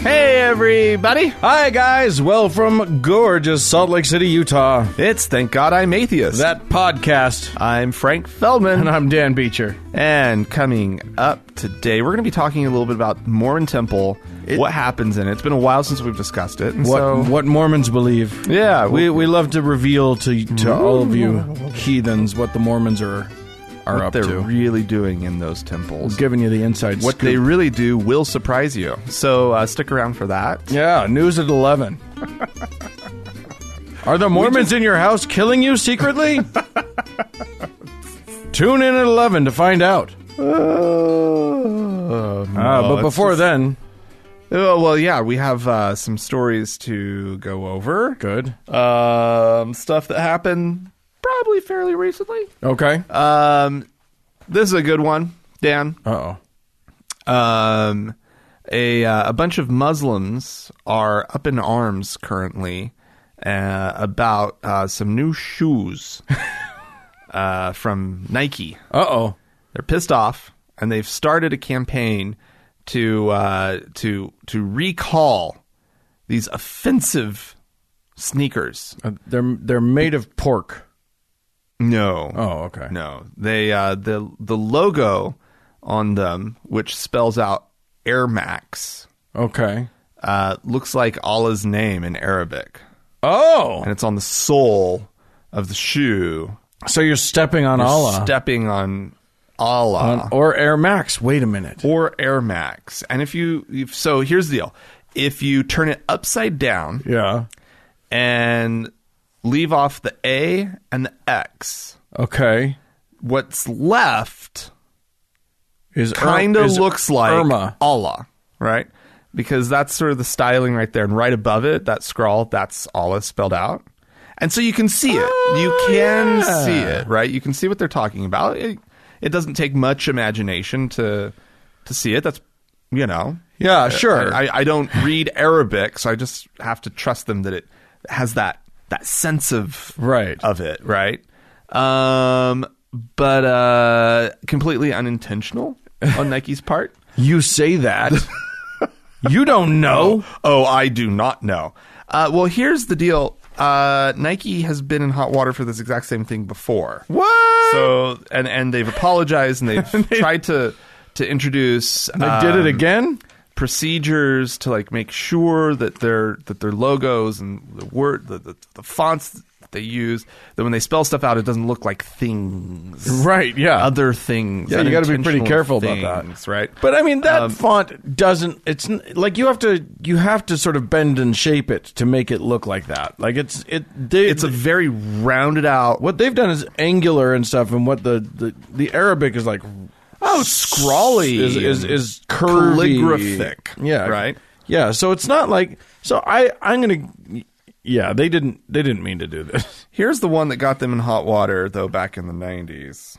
Hey, everybody! Hi, guys. Well, from gorgeous Salt Lake City, Utah, It's Thank God I'm Atheist. that podcast. I'm Frank Feldman. And I'm Dan Beecher. And coming up today, we're going to be talking a little bit about Mormon Temple, what happens in it. It's been a while since we've discussed it. and What, so, what Mormons believe. yeah, we, We, we love to reveal to, to all of you heathens what the Mormons are, are what up they're to. really doing in those temples. giving you the inside What scoop. they really do will surprise you. So uh, stick around for that. Yeah, news at 11. Are the Mormons in your house killing you secretly? Tune in at 11 to find out. Uh, but before then, Oh, well, yeah, we have uh, some stories to go over. good. Um, stuff that happened probably fairly recently. Okay. Uh Um, this is a good one, Dan. oh. Um, a uh, a bunch of Muslims are up in arms currently uh, about uh, some new shoes uh, from Nike. Uh oh. They're pissed off, and they've started a campaign to uh, to to recall these offensive sneakers. Uh, they're they're made of pork. No, Oh, okay. No, they uh, the the logo on them, which spells out Air Max, Okay. uh, looks like Allah's name in Arabic, Oh, and it's on the sole of the shoe, so you're stepping on Allah stepping on Allah On- or Air Max? Wait a minute. or Air Max. And if you if, so, here's the deal: if you turn it upside down Yeah. and leave off the A and the X, Okay. what's left Is Ur- kind of is looks like Irma? Allah, right? Because that's sort of the styling right there, and right above it, that scrawl, that's Allah spelled out. And so you can see it. you can Oh, yeah. see it, right? You can see what they're talking about. It, it doesn't take much imagination to to see it. That's you know, Yeah, sure. Uh, I, I don't read Arabic, so I just have to trust them that it has that that sense of Right. of it, right? Um, but uh, completely unintentional on Nike's part. you say that. you don't know. Oh, I do not know. Uh, well, here's the deal. Uh, Nike has been in hot water for this exact same thing before. What? So and and they've apologized and they've tried to to introduce they did Um, it again. procedures to like make sure that their that their logos and the word the, the, the fonts that they use that when they spell stuff out it doesn't look like things Right. Yeah. other things Yeah, you gotta be pretty unintentional careful about that. things, right But I mean um, that font doesn't. It's n- like you have to you have to sort of bend and shape it to make it look like that. Like it's it. They, it's a very rounded out what they've done is angular and stuff, and what the the, the Arabic is like. oh scrawly is is, and is curvy. calligraphic Yeah. right Yeah. So it's not like. So I I'm gonna. Yeah, they didn't they didn't mean to do this. Here's the one that got them in hot water, though, back in the 90s.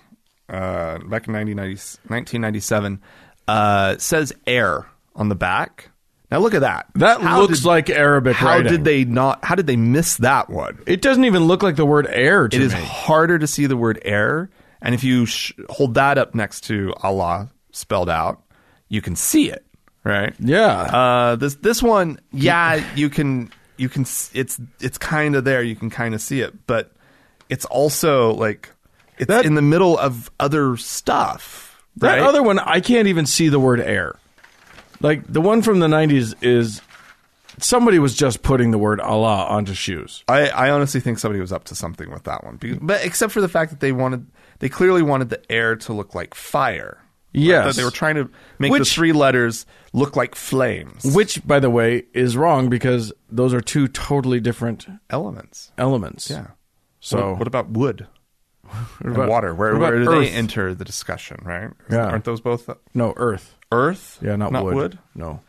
Uh, back in 1990s 1997. Uh, says air on the back. Now look at that. That How looks did- like Arabic How writing. did they not? How did they miss that one? It doesn't even look like the word air to It is me. harder to see the word air, and if you sh- hold that up next to Allah spelled out, you can see it, right? Yeah. Uh, this this one, yeah, you can you can s- it's it's kind of there. You can kind of see it, but it's also like it's That- in the middle of other stuff. That Right? other one, I can't even see the word air. Like the one from the 90s is somebody was just putting the word Allah onto shoes. I, I honestly think somebody was up to something with that one, Because- but except for the fact that they wanted they clearly wanted the air to look like fire. Like, Yes. that they were trying to make the Which- three letters look like flames, Which, by the way, is wrong because those are two totally different elements. elements. Yeah. So what, what about wood? What about- water? Where, what about where do earth? they enter the discussion? Right? Yeah. Aren't those both no earth. earth? Yeah, not, No.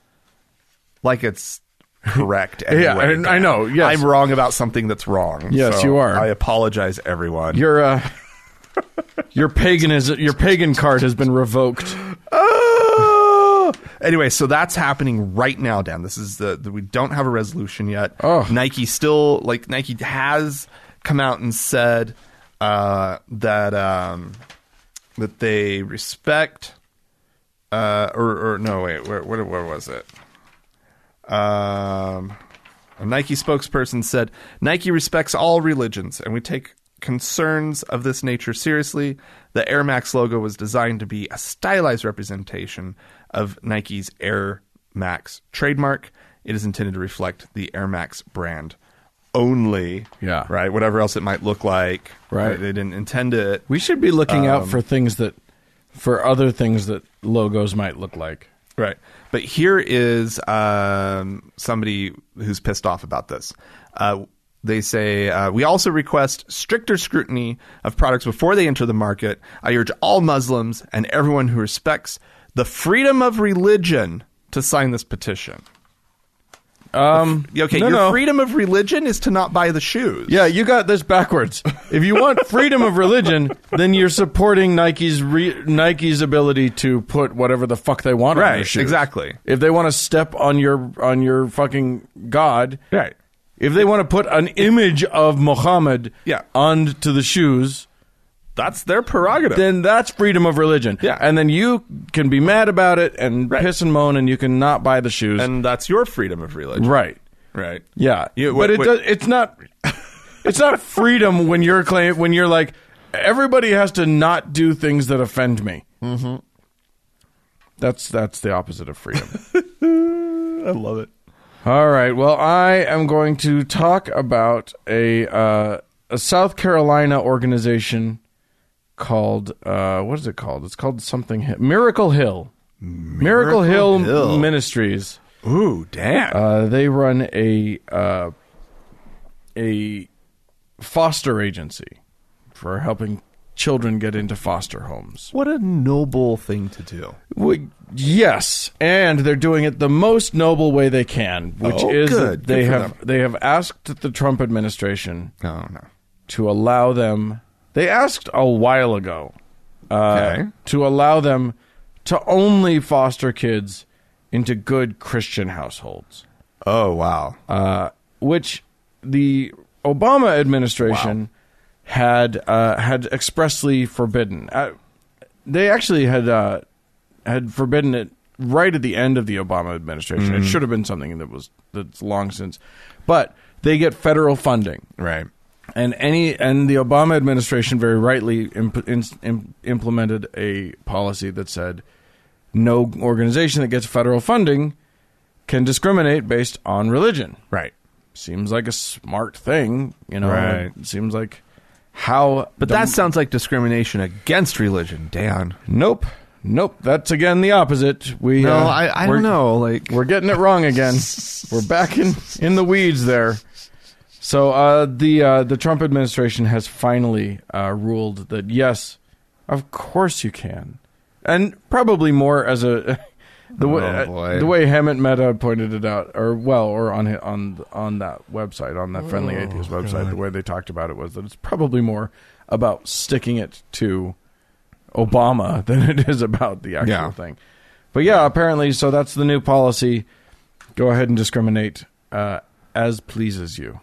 Like it's correct. Yeah, anyway, and I Dan. know, yes. I'm wrong about something that's wrong. Yes, so you are. I apologize, everyone. Your uh, your pagan is your pagan card has been revoked. Oh! Anyway, so that's happening right now, Dan. This is the, the we don't have a resolution yet. Oh. Nike still like Nike has come out and said uh, that um, that they respect uh, or, or no wait where, where where was it? Um, a Nike spokesperson said Nike respects all religions, and we take concerns of this nature seriously. The Air Max logo was designed to be a stylized representation of Nike's Air Max trademark. It is intended to reflect the Air Max brand only. Yeah. Right? Whatever else it might look like. Right. They didn't intend it. We should be looking out for things that, for other things that logos might look like. Right. But here is um, somebody who's pissed off about this. Uh, they say, uh, we also request stricter scrutiny of products before they enter the market. I urge all Muslims and everyone who respects the freedom of religion to sign this petition. Um, Okay, no, your no. freedom of religion is to not buy the shoes. Yeah, you got this backwards. If you want freedom of religion, then you're supporting Nike's re- Nike's ability to put whatever the fuck they want on their Right, shoes. exactly. If they want to step on your on your fucking god, Right. If they want to put an image of Muhammad Yeah. onto the shoes, That's their prerogative. then that's freedom of religion. Yeah. And then you can be mad about it and piss and moan and you can not buy the shoes. and that's your freedom of religion. right. Right. Yeah. Yeah, but wait, it wait. does, it's not it's not freedom when you're claim when you're like everybody has to not do things that offend me. Mhm. Mm-hmm. That's that's the opposite of freedom. I love it. All right. Well, I am going to talk about a uh, a South Carolina organization called uh, what is it called? It's called something Hi- Miracle Hill. Miracle, Hill, Hill. Ministries. Ooh, damn. Uh, they run a uh, a foster agency for helping children get into foster homes. what a noble thing to do. Well, yes, and they're doing it the most noble way they can, which Oh, is that good. Good they for have they have asked the Trump administration Oh, no. to allow them. They asked a while ago uh, Okay. to allow them to only foster kids into good Christian households, Oh, wow. uh, which the Obama administration had uh, had expressly forbidden. Uh, they actually had uh, had forbidden it right at the end of the Obama administration. It should have been something that was that's long since, but they get federal funding right. and any and the Obama administration very rightly imp, in, im- implemented a policy that said no organization that gets federal funding can discriminate based on religion. Right. Seems like a smart thing, you know. Right. It seems like how But that sounds like discrimination against religion, Dan. nope, nope. That's again the opposite. We No, uh, I, I we're- don't know. Like, We're getting it wrong again. We're back in, in the weeds there. So uh, the uh, the Trump administration has finally uh, ruled that yes, of course you can, and probably more as a the way Oh, boy. the way Hammett Meta pointed it out, or well, or on hi- on on that website, on that Oh, friendly atheist website, the way they talked about it was that it's probably more about sticking it to Obama than it is about the actual Yeah. thing. But yeah, apparently, so that's the new policy. Go ahead and discriminate uh, as pleases you,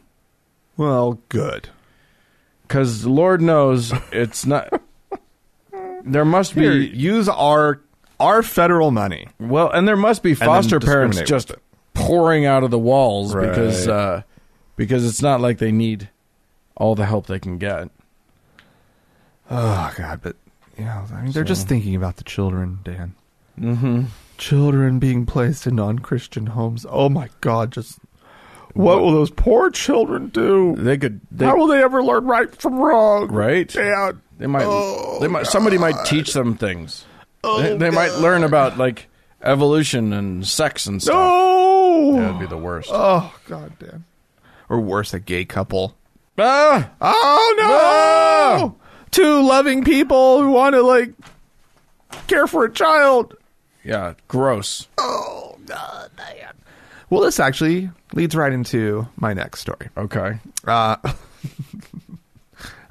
well, good. because Lord knows it's not. there must Here, be use our our federal money. well, and there must be then foster parents discriminate just with it. pouring out of the walls because Right. uh, because it's not like they need all the help they can get. Oh God, but yeah, I mean, they're So- just thinking about the children, Dan. Mm-hmm. Children being placed in non-Christian homes. Oh my God, just what will those poor children do? They could. They, How will they ever learn right from wrong? right? Dan. They might. Oh, they might. Somebody might teach them things. they they might learn about like evolution and sex and stuff. No. That would be the worst. Oh God, Dan. Or worse, a gay couple. ah! Oh no! Two loving people who want to like care for a child. Yeah, gross. Oh God, man. Well, this actually leads right into my next story. Okay. Uh,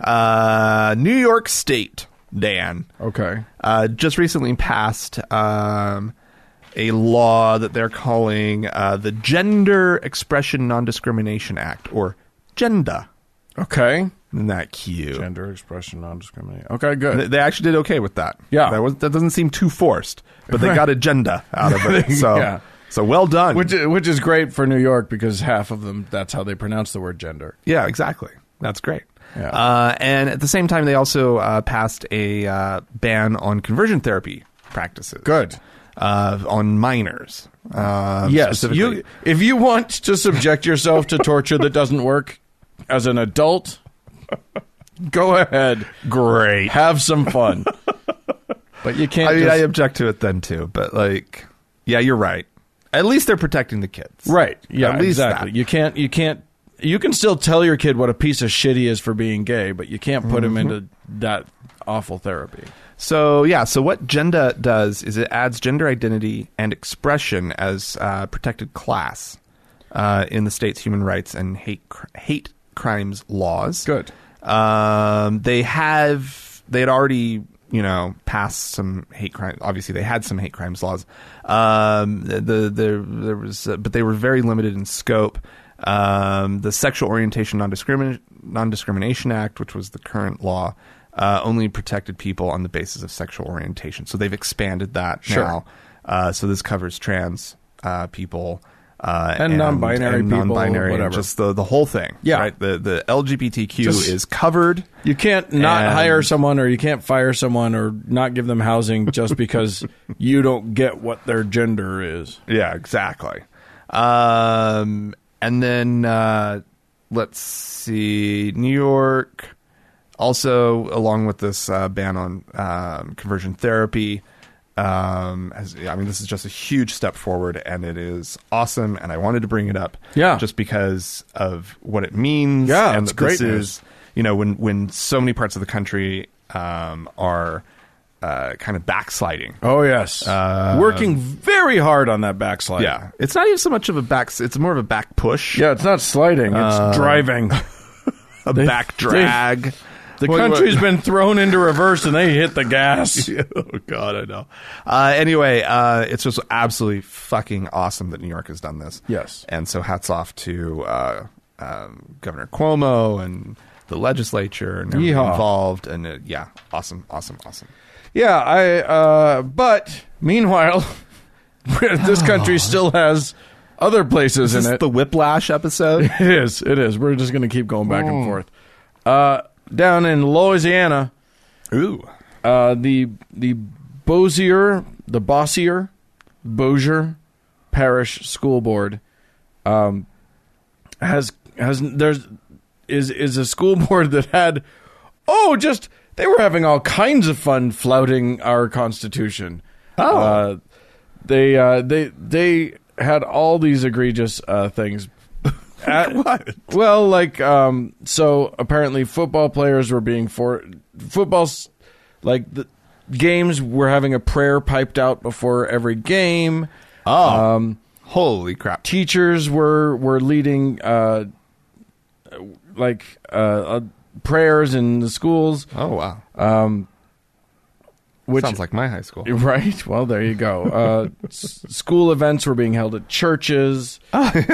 uh, New York State, Dan, Okay. uh, just recently passed um, a law that they're calling uh, the Gender Expression Non Discrimination Act, or GENDA. Okay. Isn't that cute? Gender expression non discrimination. Okay, good. They- They actually did okay with that. Yeah. that, was, that doesn't seem too forced, but they got agenda out of it. So Yeah. So well done. which which is great for New York because half of them that's how they pronounce the word gender. Yeah, exactly. That's great. Yeah. Uh, and at the same time, they also uh, passed a uh, ban on conversion therapy practices. Good. Uh, on minors. Uh, Yes, specifically. you if you want to subject yourself to torture that doesn't work as an adult, go ahead, great. have some fun. But you can't. I mean, just- I object to it then too, but like, yeah, you're right. At least they're protecting the kids. Right. Yeah. At least exactly. that. You can't. You can't. You can still tell your kid what a piece of shit he is for being gay, but you can't put him into that awful therapy. So yeah, so what gender does is it adds gender identity and expression as uh, protected class uh, in the state's human rights and hate cr- hate crimes laws. Good. Um, they have they had already you know passed some hate crime. Obviously, they had some hate crimes laws. Um, the, the there there was, uh, but they were very limited in scope. Um, the Sexual Orientation Non-Discrimin- Non-Discrimination Act, which was the current law, uh, only protected people on the basis of sexual orientation. So they've expanded that Sure. now. Uh, so this covers trans uh, people uh, And non-binary and people, non-binary, and whatever. just the the whole thing. Yeah. right. The the LGBTQ Just- is covered. You can't not And- hire someone, or you can't fire someone, or not give them housing just because you don't get what their gender is. Yeah, exactly. Um, and then uh, let's see, New York. Also, along with this uh, ban on um, conversion therapy, um, as, I mean, this is just a huge step forward, and it is awesome. And I wanted to bring it up, Yeah. just because of what it means. Yeah, and it's that this great news. is you know when when so many parts of the country um, are uh, kind of backsliding Oh yes, working very hard on that backslide. Yeah, it's not even so much of a back. It's more of a back push. yeah. It's not sliding; it's driving. a They- back drag. The Wait, what- country's been thrown into reverse, and they hit the gas. oh God, I know. Uh, anyway, uh, it's just absolutely fucking awesome that New York has done this. Yes. and so hats off to uh, um, Governor Cuomo and the legislature and everyone Yeehaw. involved. And uh, yeah, awesome, awesome, awesome. Yeah, I. Uh, but meanwhile, this country still has other places Is in Oh. this it. the Whiplash episode? it is. It is. We're just going to keep going back and forth. Uh, down in Louisiana, Ooh, uh, the the Bossier, the Bossier, Bossier Parish School Board um, has has there's is is a school board that had oh just they were having all kinds of fun flouting our constitution. Oh. Uh, they uh, they they had all these egregious uh, things. At- what? well, like, um, so apparently football players were being for footballs, like the games were having a prayer piped out before every game. Oh, Um, holy crap! teachers were were leading, uh, like, uh, uh, prayers in the schools, Oh wow, which sounds like my high school. Right. Well, there you go. Uh, s- school events were being held at churches. yeah,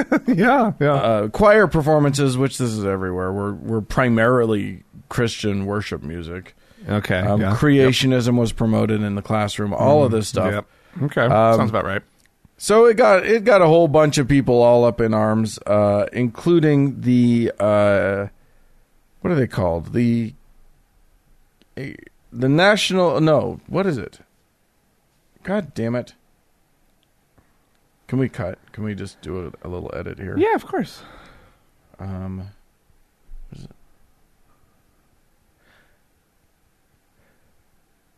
yeah. uh, choir performances, which this is everywhere, were were primarily Christian worship music. okay, Um, yeah. Mm-hmm. Creationism was promoted in the classroom. All of this stuff. Yep. Okay, Um, sounds about right. So it got it got a whole bunch of people all up in arms, uh, including the uh, what are they called the eh, the national no what is it? God damn it! Can we cut? Can we just do a, a little edit here? Yeah, of course. Um, what is it?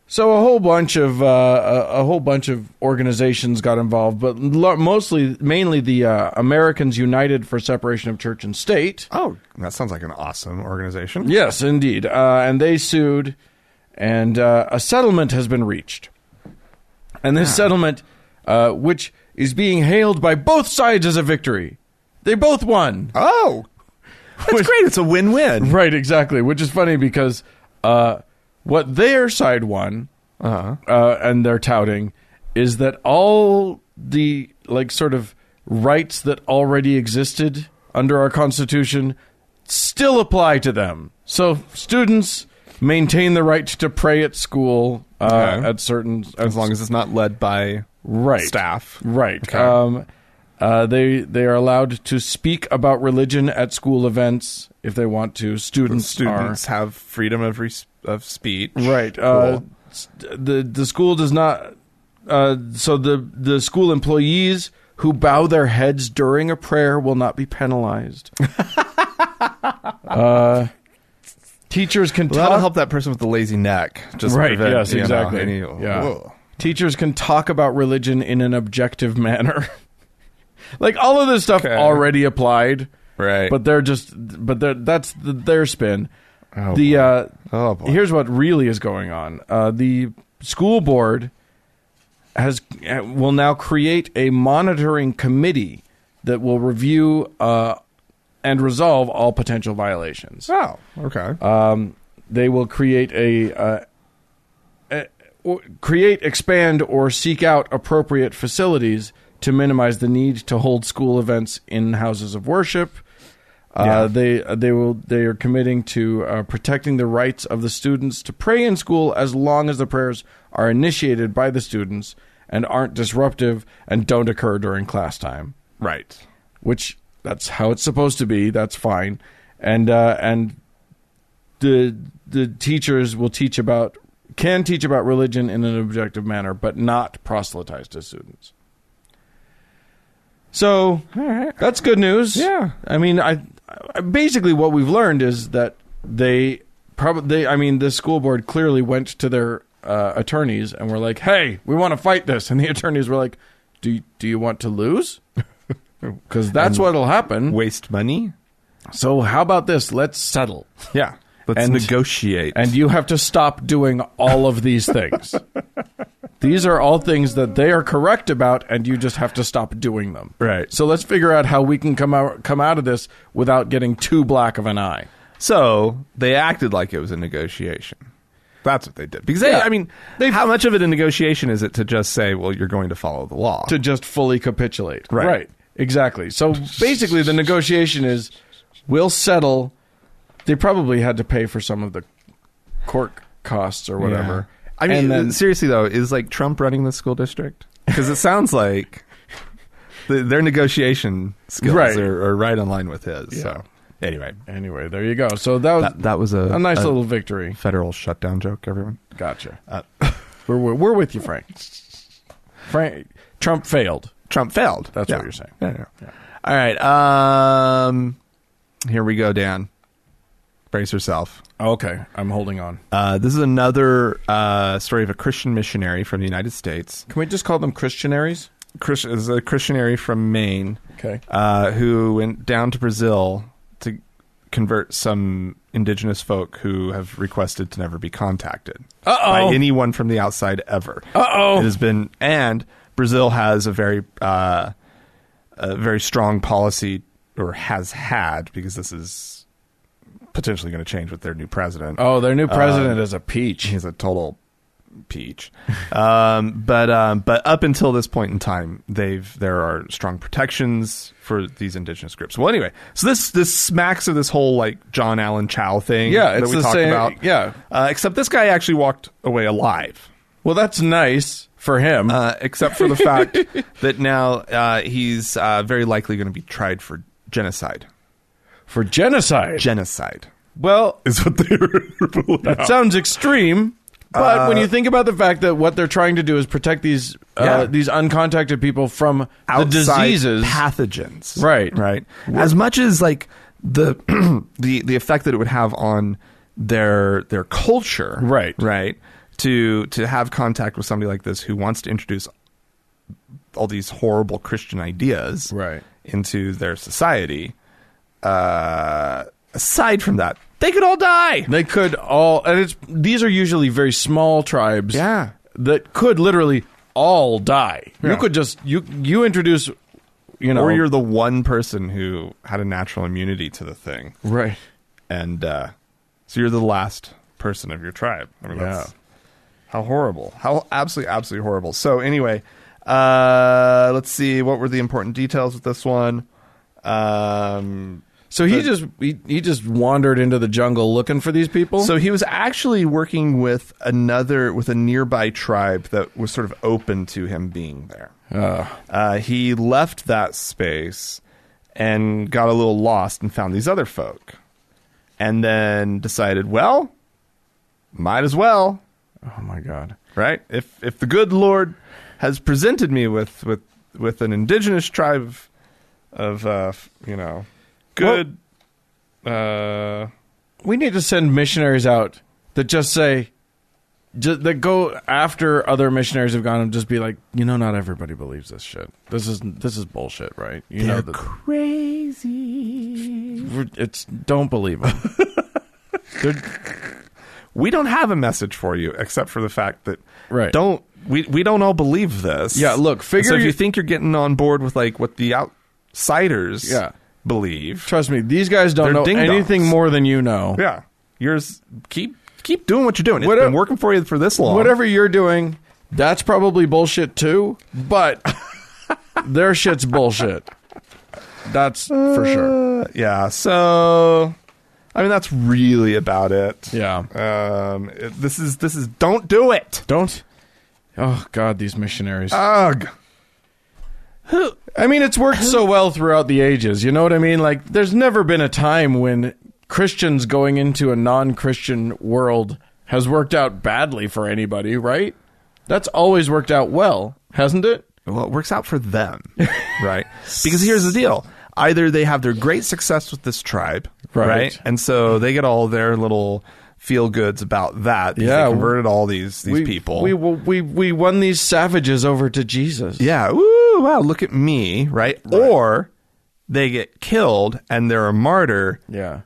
So a whole bunch of uh, a, a whole bunch of organizations got involved, but lo- mostly, mainly the uh, Americans United for Separation of Church and State. Oh, that sounds like an awesome organization. Yes, indeed, uh, and they sued, and uh, a settlement has been reached. And this settlement, uh, which is being hailed by both sides as a victory, they both won. Oh, that's great. It's a win-win. Right, exactly. Which is funny because uh, what their side won Uh-huh. uh, and they're touting is that all the like sort of rights that already existed under our Constitution still apply to them. So students maintain the right to pray at school uh, Okay. at certain as long as it's not led by right staff. Right. Okay. Um, uh, they they are allowed to speak about religion at school events if they want to. Students, Students have freedom of res- of speech. are right. Uh, Cool. s- the the school does not. Uh, so the the school employees who bow their heads during a prayer will not be penalized. uh, teachers can Well, that'll talk help that person with the lazy neck. Just Right, prevent, yes, you know, exactly. any- Yeah. Whoa. teachers can talk about religion in an objective manner. like all of this stuff Okay. already applied. Right. but they're just but they're, that's the, their spin oh, the boy. uh oh boy. here's what really is going on uh the school board has uh, will now create a monitoring committee that will review uh and resolve all potential violations oh, okay. um they will create a uh a- or- create expand or seek out appropriate facilities to minimize the need to hold school events in houses of worship Yeah. uh, they they will they are committing to uh, protecting the rights of the students to pray in school as long as the prayers are initiated by the students and aren't disruptive and don't occur during class time right. which that's how it's supposed to be. That's fine, and uh, and the the teachers will teach about can teach about religion in an objective manner, but not proselytize to students. So that's good news. Yeah. I mean, I, I basically what we've learned is that they probably I mean the school board clearly went to their uh, attorneys and were like, "Hey, we want to fight this," and the attorneys were like, "Do do you want to lose?" Because that's what'll happen. Waste money. So how about this? Let's settle, Yeah. Let's And- negotiate. and you have to stop doing all of these things. these are all things that they are correct about, and you just have to stop doing them. Right. So let's figure out how we can come out come out of this without getting too black of an eye. So they acted like it was a negotiation. That's what they did. Because they, Yeah. I mean, how much of it a negotiation is it to just say, "Well, you're going to follow the law"? to just fully capitulate. Right. Exactly. So basically, the negotiation is we'll settle. They probably had to pay for some of the court costs or whatever. Yeah. I mean, and then, seriously though, is like Trump running the school district? Because it sounds like the, their negotiation skills Right. Are, are right on line with his. So anyway, anyway, there you go. So that was that, that was a, a nice little victory. federal shutdown joke. Everyone, Gotcha. Uh, we're, we're we're with you, Frank. Frank Trump failed. Trump failed. That's Yeah. what you're saying. Yeah, yeah. All right. Um, here we go, Dan. Brace yourself. Oh, Okay, I'm holding on. Uh, this is another uh, story of a Christian missionary from the United States. Can we just call them Christianaries? Chris is a Christianary from Maine Okay. uh, who went down to Brazil to convert some indigenous folk who have requested to never be contacted Uh-oh. by anyone from the outside ever. Uh It oh. has been, and Brazil has a very, uh, a very strong policy, or has had, because this is potentially going to change with their new president. Oh, their new president is a peach. He's a total peach. um, but um, but up until this point in time, they've there are strong protections for these indigenous groups. Well, anyway, so this this smacks of this whole like John Allen Chow thing. Yeah, it's that we the talked same- about. yeah. uh, except this guy actually walked away alive. Well, that's nice for him. Uh, except for the fact that now uh, he's uh, very likely going to be tried for genocide. for genocide. Genocide well, is what they were ruling that out. sounds extreme. But when you think about the fact that what they're trying to do is protect these uh, Yeah. these uncontacted people from the outside diseases, pathogens Right. right as much as like the the the effect that it would have on their their culture Right. right to to have contact with somebody like this who wants to introduce all these horrible christian ideas Right. into their society uh aside from that they could all die they could all and it's these are usually very small tribes. Yeah. that could literally all die. Yeah. You could just you you introduce, you know, or you're the one person who had a natural immunity to the thing right. and uh, so you're the last person of your tribe. I mean, that's how horrible, how absolutely, absolutely horrible. So anyway, uh, let's see what were the important details with this one. Um, So he just he, he just wandered into the jungle looking for these people. So he was actually working with another with a nearby tribe that was sort of open to him being there. Ah. Uh, he left that space and got a little lost and found these other folk, and then decided, well, might as well, oh my god. right? If if the good Lord has presented me with with with an indigenous tribe of uh, f- you know good. uh, We need to send missionaries out that just say just, that go after other missionaries have gone and just be like, you know, not everybody believes this shit. This is this is bullshit, right? You know, that- crazy. we're- it's don't believe them. We don't have a message for you except for the fact that Right. don't we we don't all believe this. Yeah, look, And figure so if your- you think you're getting on board with like what the outsiders Yeah. believe. Trust me, these guys They're don't know ding-dongs. anything more than you know. Yeah. Yours keep keep doing what you're doing. It's Whatever- been working for you for this long. Whatever you're doing, that's probably bullshit too, but their shit's bullshit. That's for sure. Uh, yeah. So I mean that's really about it. Yeah. Um it- this is this is don't do it. Don't. Oh God, these missionaries. Ugh. I mean, it's worked so well throughout the ages. You know what I mean? Like, there's never been a time when Christians going into a non-Christian world has worked out badly for anybody, right? That's always worked out well, hasn't it? Well, it works out for them, right? Because here's the deal: either they have their great success with this tribe, Right. right, and so they get all their little feel goods about that. Because Yeah, they converted all these these we, people. We, we we won these savages over to Jesus. yeah, ooh, wow, look at me, right? Or they get killed and they're a martyr. Yeah.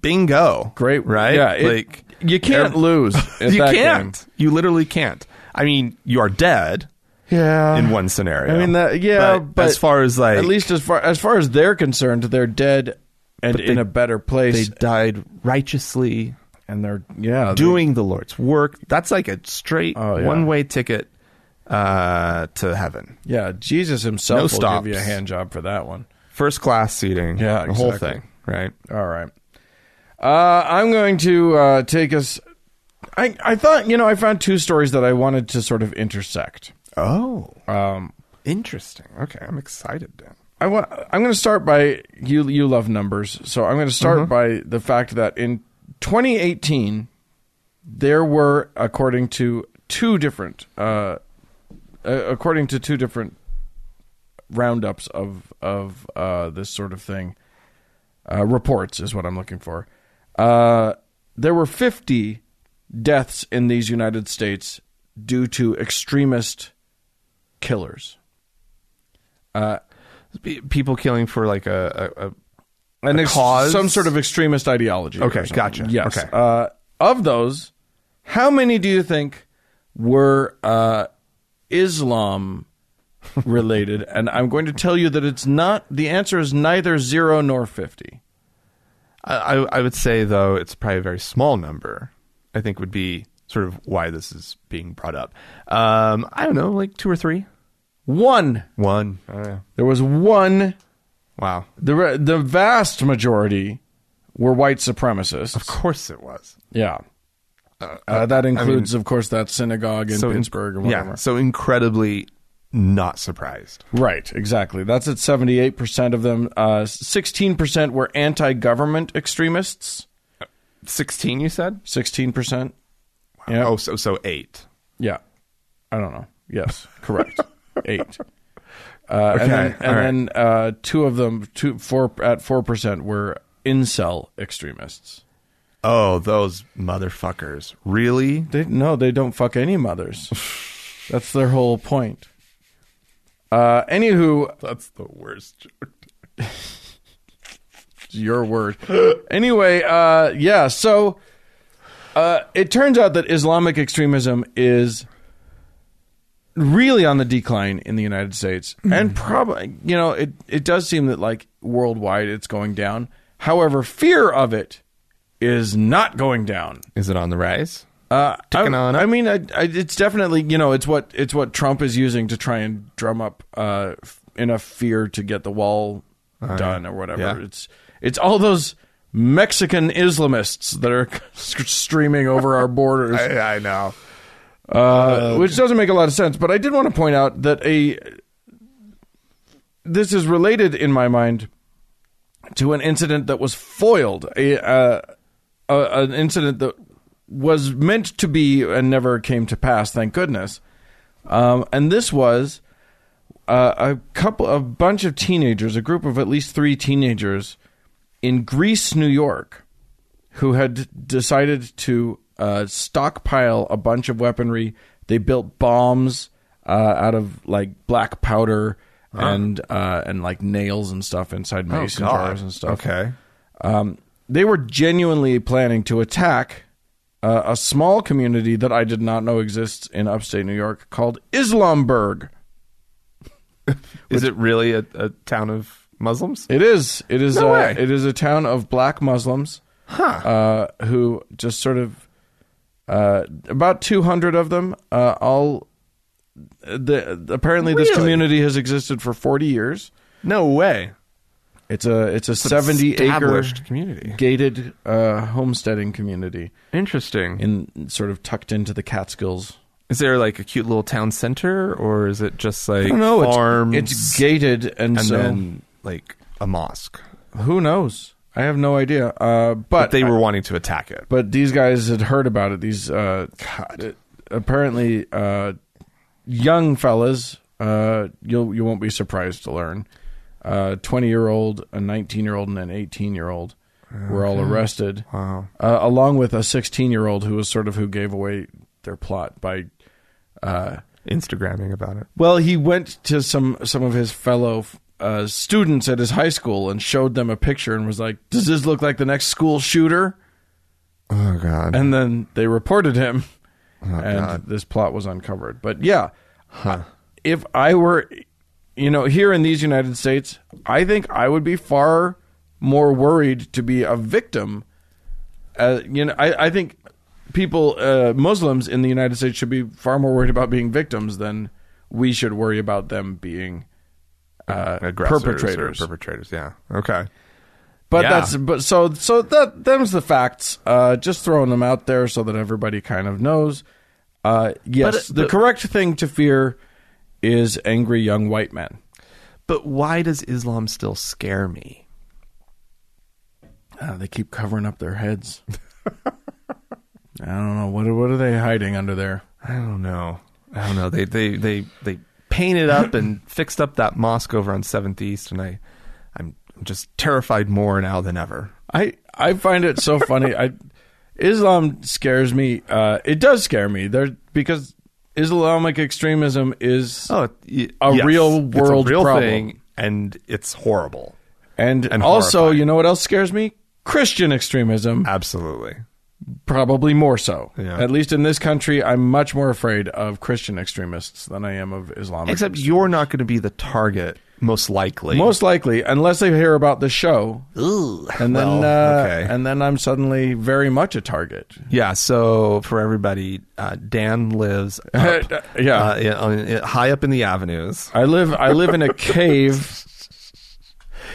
Bingo, Great. right? Yeah. it- like you can't lose. at you that can't. You literally can't. I mean, you are dead game. Yeah. in one scenario. I mean that. Yeah. But, But as far as like at least as far as far as they're concerned, they're dead and in a better they place. died righteously. and they're yeah they- doing the Lord's work. That's like a straight Oh, yeah. one way ticket uh, to heaven. yeah. Jesus himself No will stops. give you a hand job for that one. First class seating. Yeah, The whole exactly. thing. Right. All right. Uh, I'm going to uh, take us. I I thought you know I found two stories that I wanted to sort of intersect. Oh. Um, Interesting. Okay. I'm excited then. I want. I'm going to start by you. You love numbers, so I'm going to start by the fact that in 2018, there were, according to two different, uh, uh, according to two different roundups of of uh, this sort of thing, uh, reports is what I'm looking for. Uh, there were 50 deaths in these United States due to extremist killers. P- People killing for like a. a, a an a ex- cause? some sort of extremist ideology. or Okay, something. gotcha. Yes. Okay. Uh, of those, how many do you think were uh, Islam related? and I'm going to tell you that it's not. The answer is neither zero nor fifty. I, I- I would say though it's probably a very small number. I think would be sort of why this is being brought up. Um, I don't know, like two or three. One. One. Oh, yeah. There was one. Wow. The re- the vast majority were white supremacists. Of course it was. Yeah. Uh, that includes, of course, that synagogue in in- Pittsburgh or whatever. Yeah. So incredibly not surprised. Right, exactly. That's at 78% of them. Uh, 16% were anti government extremists. 16 you said 16%. Yeah. oh so so eight Yeah. I don't know. Yes, correct. Eight. Uh, Okay, And then, and all right. then uh, two of them, two, four, at 4%, were incel extremists. oh those motherfuckers really They no, they don't fuck any mothers. That's their whole point. Uh, anywho, that's the worst joke your word. anyway, uh, yeah. So uh, it turns out that Islamic extremism is really on the decline in the United States, and probably you know it. It does seem that like worldwide it's going down. However, fear of it is not going down. is it on the rise Uh, Ticking I, on up. I mean, I, I, it's definitely you know it's what it's what Trump is using to try and drum up uh, f- enough fear to get the wall done or whatever. Oh, Yeah. It's It's all those Mexican Islamists that are streaming over our borders. I, I know. Uh, which doesn't make a lot of sense. But I did want to point out that a this is related in my mind to an incident that was foiled, a, uh, a an incident that was meant to be and never came to pass. Thank goodness. Um, and this was uh, a couple, a bunch of teenagers, a group of at least three teenagers in Greece, New York, who had decided to uh, stockpile a bunch of weaponry. They built bombs uh, out of like black powder and uh, and like nails and stuff inside mason jars and stuff. Okay. Um, they were genuinely planning to attack uh, a small community that I did not know exists in upstate New York called Islamburg. Is it really a, a town of Muslims? It is. It is. No a, way. It is a town of black Muslims, huh? Uh, who just sort of uh, about two hundred of them. Uh, all the apparently this Really? community has existed for forty years. No way. It's a it's a seventy acre Established community. gated uh, homesteading community Interesting. in sort of tucked into the Catskills. Is there like a cute little town center, or is it just like know, it's- farms? It's gated, and, and so then like a mosque. who knows? I have no idea. Uh, but But they were wanting to attack it. but these guys had heard about it. These uh, God. apparently uh, young fellas. Uh, you'll you won't be surprised to learn. Uh, twenty year old, a nineteen year old, and an eighteen year old were all arrested, Wow. uh, along with a sixteen year old who was sort of who gave away their plot by. Instagramming about it. Well, he went to some some of his fellow. Uh, students at his high school and showed them a picture and was like, "Does this look like the next school shooter?" Oh god. and then they reported him, and God. this plot was uncovered. But yeah, if I were, you know, here in these United States, I think I would be far more worried to be a victim. Uh, you know, I, I think people, uh, Muslims in the United States, should be far more worried about being victims than we should worry about them being uh, Aggressors or perpetrators. Perpetrators. Yeah. Okay. But Yeah. that's but so so that them's the facts. Uh, just throwing them out there so that everybody kind of knows. Uh, yes, But- the but- correct thing to fear is angry young white men. But why does Islam still scare me? Uh, they keep covering up their heads. I don't know what are- what are they hiding under there. I don't know. I don't know. They they they they painted up and fixed up that mosque over on Seventh East, and I I'm just terrified more now than ever. I I find it so funny. I Islam scares me. Uh, it does scare me. There because Islamic extremism is Oh, y- A real It's a world real problem. thing, and it's horrible. and, and also horrifying. you know what else scares me? Christian extremism. Absolutely. probably more so. Yeah. At least in this country, I'm much more afraid of Christian extremists than I am of Islamic. Except you're not going to be the target, most likely. most likely, unless they hear about the show, Ooh. and then uh, Well, okay. and then I'm suddenly very much a target. Yeah. So for everybody, uh, Dan lives up, Yeah. uh, in- on- in- high up in the avenues. I live I live in a cave. uh,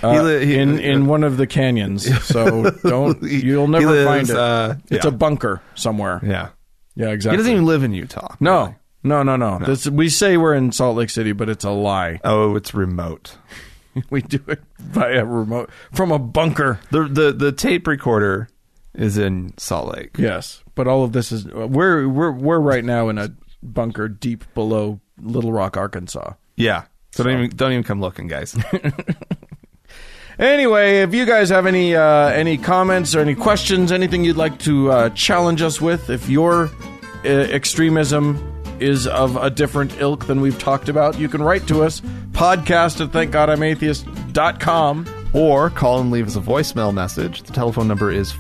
He li- he- in in one of the canyons, so don't He- you'll he never lives, find it. uh, It's yeah. a bunker somewhere. Yeah. Yeah, He exactly. doesn't even live in Utah. no, no, no, no. This, we say we're in Salt Lake City, but it's a lie. Oh, it's remote. we do it via remote from a bunker. The the the tape recorder is in Salt Lake. Yes, but all of this is we're we're we're right now in a bunker deep below Little Rock, Arkansas. Yeah. So, don't even don't even come looking, guys. Anyway, if you guys have any uh, any comments or any questions, anything you'd like to uh, challenge us with, if your uh, extremism is of a different ilk than we've talked about, you can write to us podcast at thankgodimatheist.com. or call and leave us a voicemail message. The telephone number is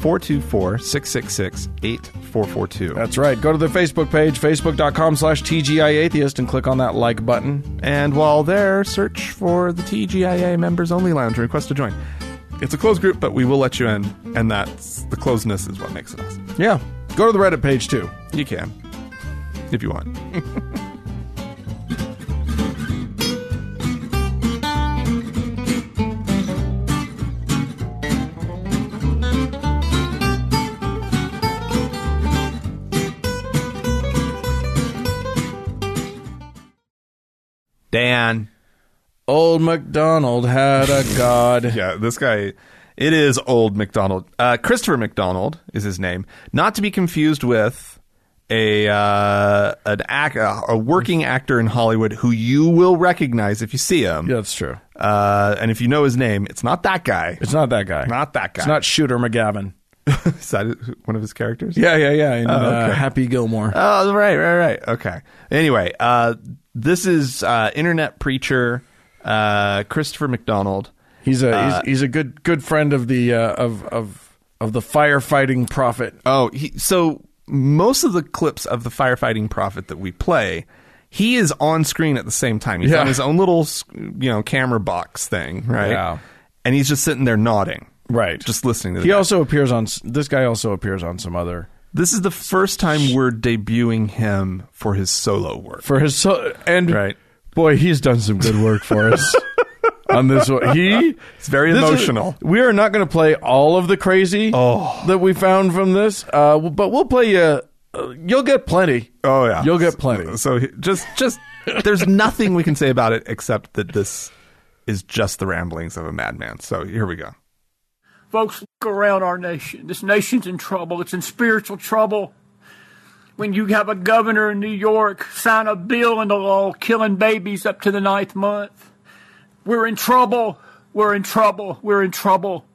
424-666-8442. That's right. Go to the Facebook page, facebook.com slash TGIAtheist, and click on that like button. And while there, search for the TGIA Members Only Lounge and request to join. It's a closed group, but we will let you in, and that's the closeness is what makes it awesome. Yeah. Go to the Reddit page too. You can, if you want. Dan. Old MacDonald had a god. Yeah, this guy. It is old McDonald. Uh, Christopher McDonald is his name, not to be confused with a uh, an ac- a working actor in Hollywood who you will recognize if you see him. yeah, that's true. Uh, and if you know his name, it's not that guy. It's not that guy. Not that guy. It's not Shooter McGavin. Is that one of his characters? Yeah, yeah, yeah. in, Oh, okay. uh, Happy Gilmore. Oh, right, right, right. Okay. Anyway, uh, this is uh, internet preacher uh, Christopher McDonald. He's a uh, he's, he's a good good friend of the uh, of of of the firefighting prophet. Oh, he, so most of the clips of the firefighting prophet that we play, he is on screen at the same time. He's Yeah. on his own little, you know, camera box thing, right? Yeah. And he's just sitting there nodding, Right. just listening to. The he guy. also appears on s- this guy also appears on some other this is the first time we're debuting him for his solo work. for his so, and Right. boy he's done some good work for us on this one he It's very this is- emotional. we are not going to play all of the crazy Oh. that we found from this uh, w- but we'll play you uh, you'll get plenty Oh yeah, You'll get plenty. So he- just just there's nothing we can say about it except that this is just the ramblings of a madman. So here we go. Folks, look around our nation. This nation's in trouble. It's in spiritual trouble. When you have a governor in New York sign a bill into law killing babies up to the ninth month, we're in trouble. We're in trouble. We're in trouble.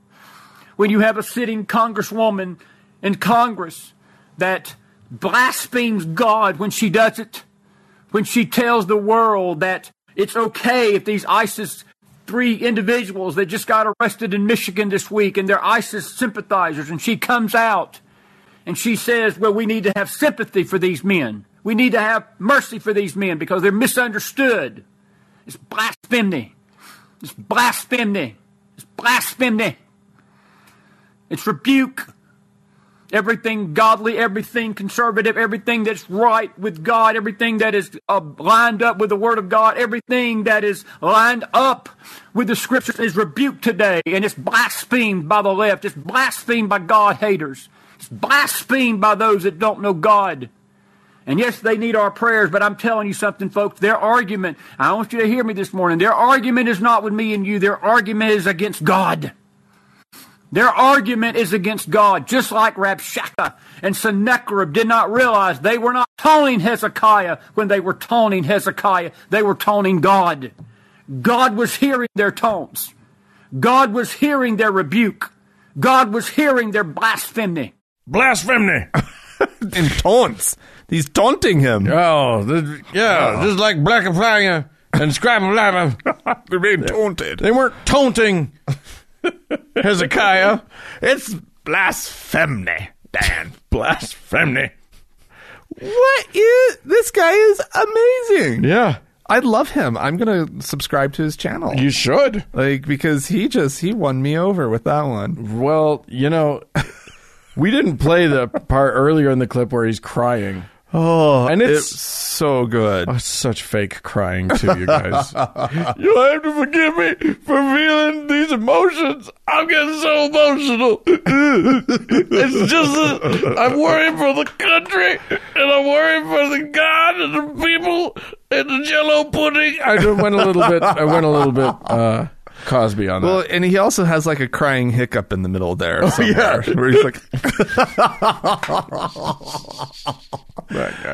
When you have a sitting congresswoman in Congress that blasphemes God when she does it, when she tells the world that it's okay if these ISIS three individuals that just got arrested in Michigan this week and they're ISIS sympathizers, and she comes out and she says, Well, we need to have sympathy for these men. We need to have mercy for these men because they're misunderstood. It's blasphemy. It's blasphemy. It's blasphemy. It's rebuke everything godly, everything conservative, everything that's right with God, everything that is uh, lined up with the Word of God, everything that is lined up with the Scriptures is rebuked today, and it's blasphemed by the left. It's blasphemed by God haters. It's blasphemed by those that don't know God. And yes, they need our prayers, but I'm telling you something, folks. Their argument, I want you to hear me this morning. Their argument is not with me and you. Their argument is against God. Their argument is against God, just like Rabshakeh and Sennacherib did not realize they were not taunting Hezekiah when they were taunting Hezekiah. They were taunting God. God was hearing their taunts. God was hearing their rebuke. God was hearing their blasphemy. blasphemy In taunts, he's taunting him. oh this, yeah just like black and fire and scribe and lava They're being taunted. they weren't taunting hezekiah It's blasphemy, Dan. blasphemy What is this guy is amazing. yeah I love him. I'm gonna subscribe to his channel. you should like because he just he won me over with that one. Well, you know, we didn't play the part earlier in the clip where he's crying. Oh, And it's- so good. Oh, it's such fake crying to you guys. You'll have to forgive me for feeling these emotions. I'm getting so emotional. it's just that I'm worried for the country, and I'm worried for the God and the people and the Jello pudding. I just went a little bit. I went a little bit uh, Cosby on that. Well, and he also has like a crying hiccup in the middle there. somewhere, where he's like, oh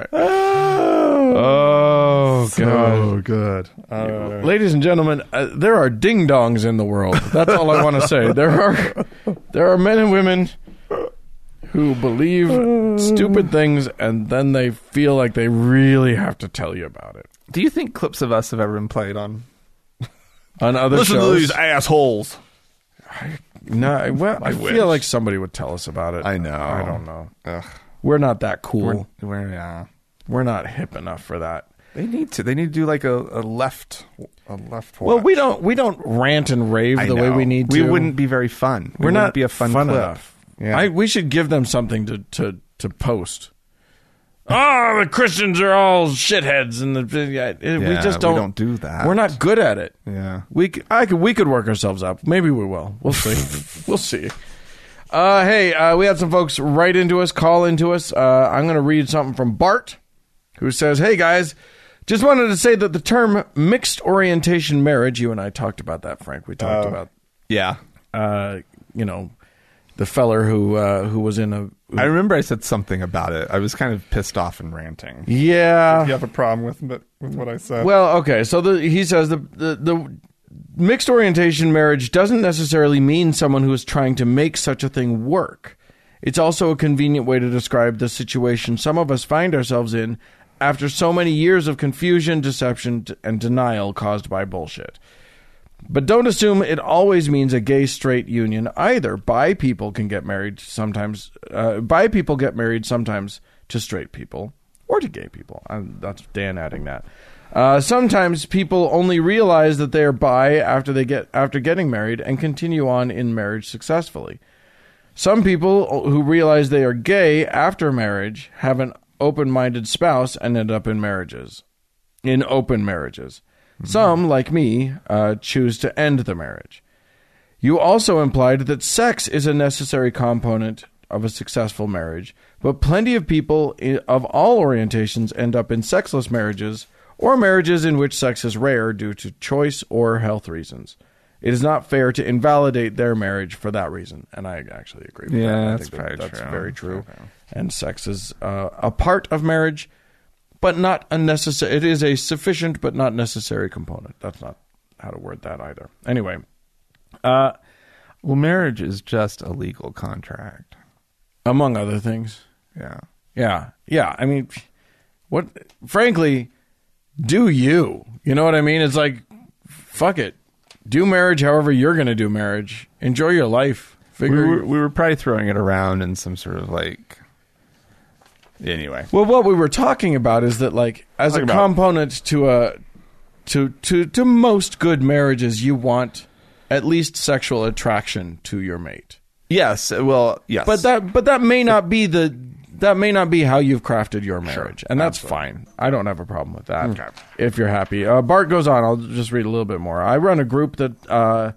"Oh, good." Ladies and gentlemen, uh, there are ding dongs in the world. That's all I want to say. There are there are men and women who believe stupid things and then they feel like they really have to tell you about it Do you think clips of us have ever been played on? on other shows. assholes. No, I- well, I, wish. feel like somebody would tell us about it. I know. I don't know. Ugh. We're not that cool. We're, Where? uh, Yeah. not hip enough for that. They need to. They need to do like a, a left, a left. Well, watch. we don't we don't rant and rave I the way know. Uh, we need to. We wouldn't be very fun. We We're wouldn't not be a fun, clip. enough. Yeah. I, we should give them something to to to post. Oh, the Christians are all shitheads, and the yeah, it- we Yeah, just we don't, don't do that. We're not good at it. Yeah. we c- I could we could work ourselves up. Maybe we will. We'll see. we'll see. Uh, hey, uh, we had some folks write into us, call into us. Uh, I'm going to read something from Bart, who says, "Hey guys, Just wanted to say that the term mixed orientation marriage, you and I talked about that, Frank. We talked about, Yeah. uh, you know, the feller who uh, who was in a. I remember I said something about it. I was kind of pissed off and ranting. yeah. You have a problem with with what I said? Well, okay. So the, he says the, the the mixed orientation marriage doesn't necessarily mean someone who is trying to make such a thing work. It's also a convenient way to describe the situation some of us find ourselves in after so many years of confusion, deception, d- and denial caused by bullshit. But don't assume it always means a gay straight union either. Bi people can get married sometimes. Uh, bi people get married sometimes to straight people or to gay people. i that's Dan adding that. Uh, sometimes people only realize that they are bi after they get after getting married and continue on in marriage successfully. Some people who realize they are gay after marriage have an open minded spouse and end up in marriages, in open marriages. Some, like me, uh, choose to end the marriage. You also implied that sex is a necessary component of a successful marriage, but plenty of people i- of all orientations end up in sexless marriages or marriages in which sex is rare due to choice or health reasons. It is not fair to invalidate their marriage for that reason, and I actually agree with that. Yeah, I that's think that- probably that's true. very true. And sex is uh, a part of marriage, but not a necessary. It is a sufficient but not necessary component. That's not how to word that either. Anyway, well, marriage is just a legal contract. among other things. Yeah. Yeah. Yeah. I mean, what, frankly, do you? You know what I mean? It's like, fuck it. Do marriage however you're going to do marriage. Enjoy your life. We Figure. were, we were probably throwing it around in some sort of like. Anyway. well, what we were talking about is that, like, as a Talking about- component to a to to to most good marriages, you want at least sexual attraction to your mate. Yes. Well. Yes. But that but that may not be the that may not be how you've crafted your marriage, and that's fine. I don't have a problem with that. Um, If you're happy, uh, Bart goes on. I'll just read a little bit more. I run a group that uh,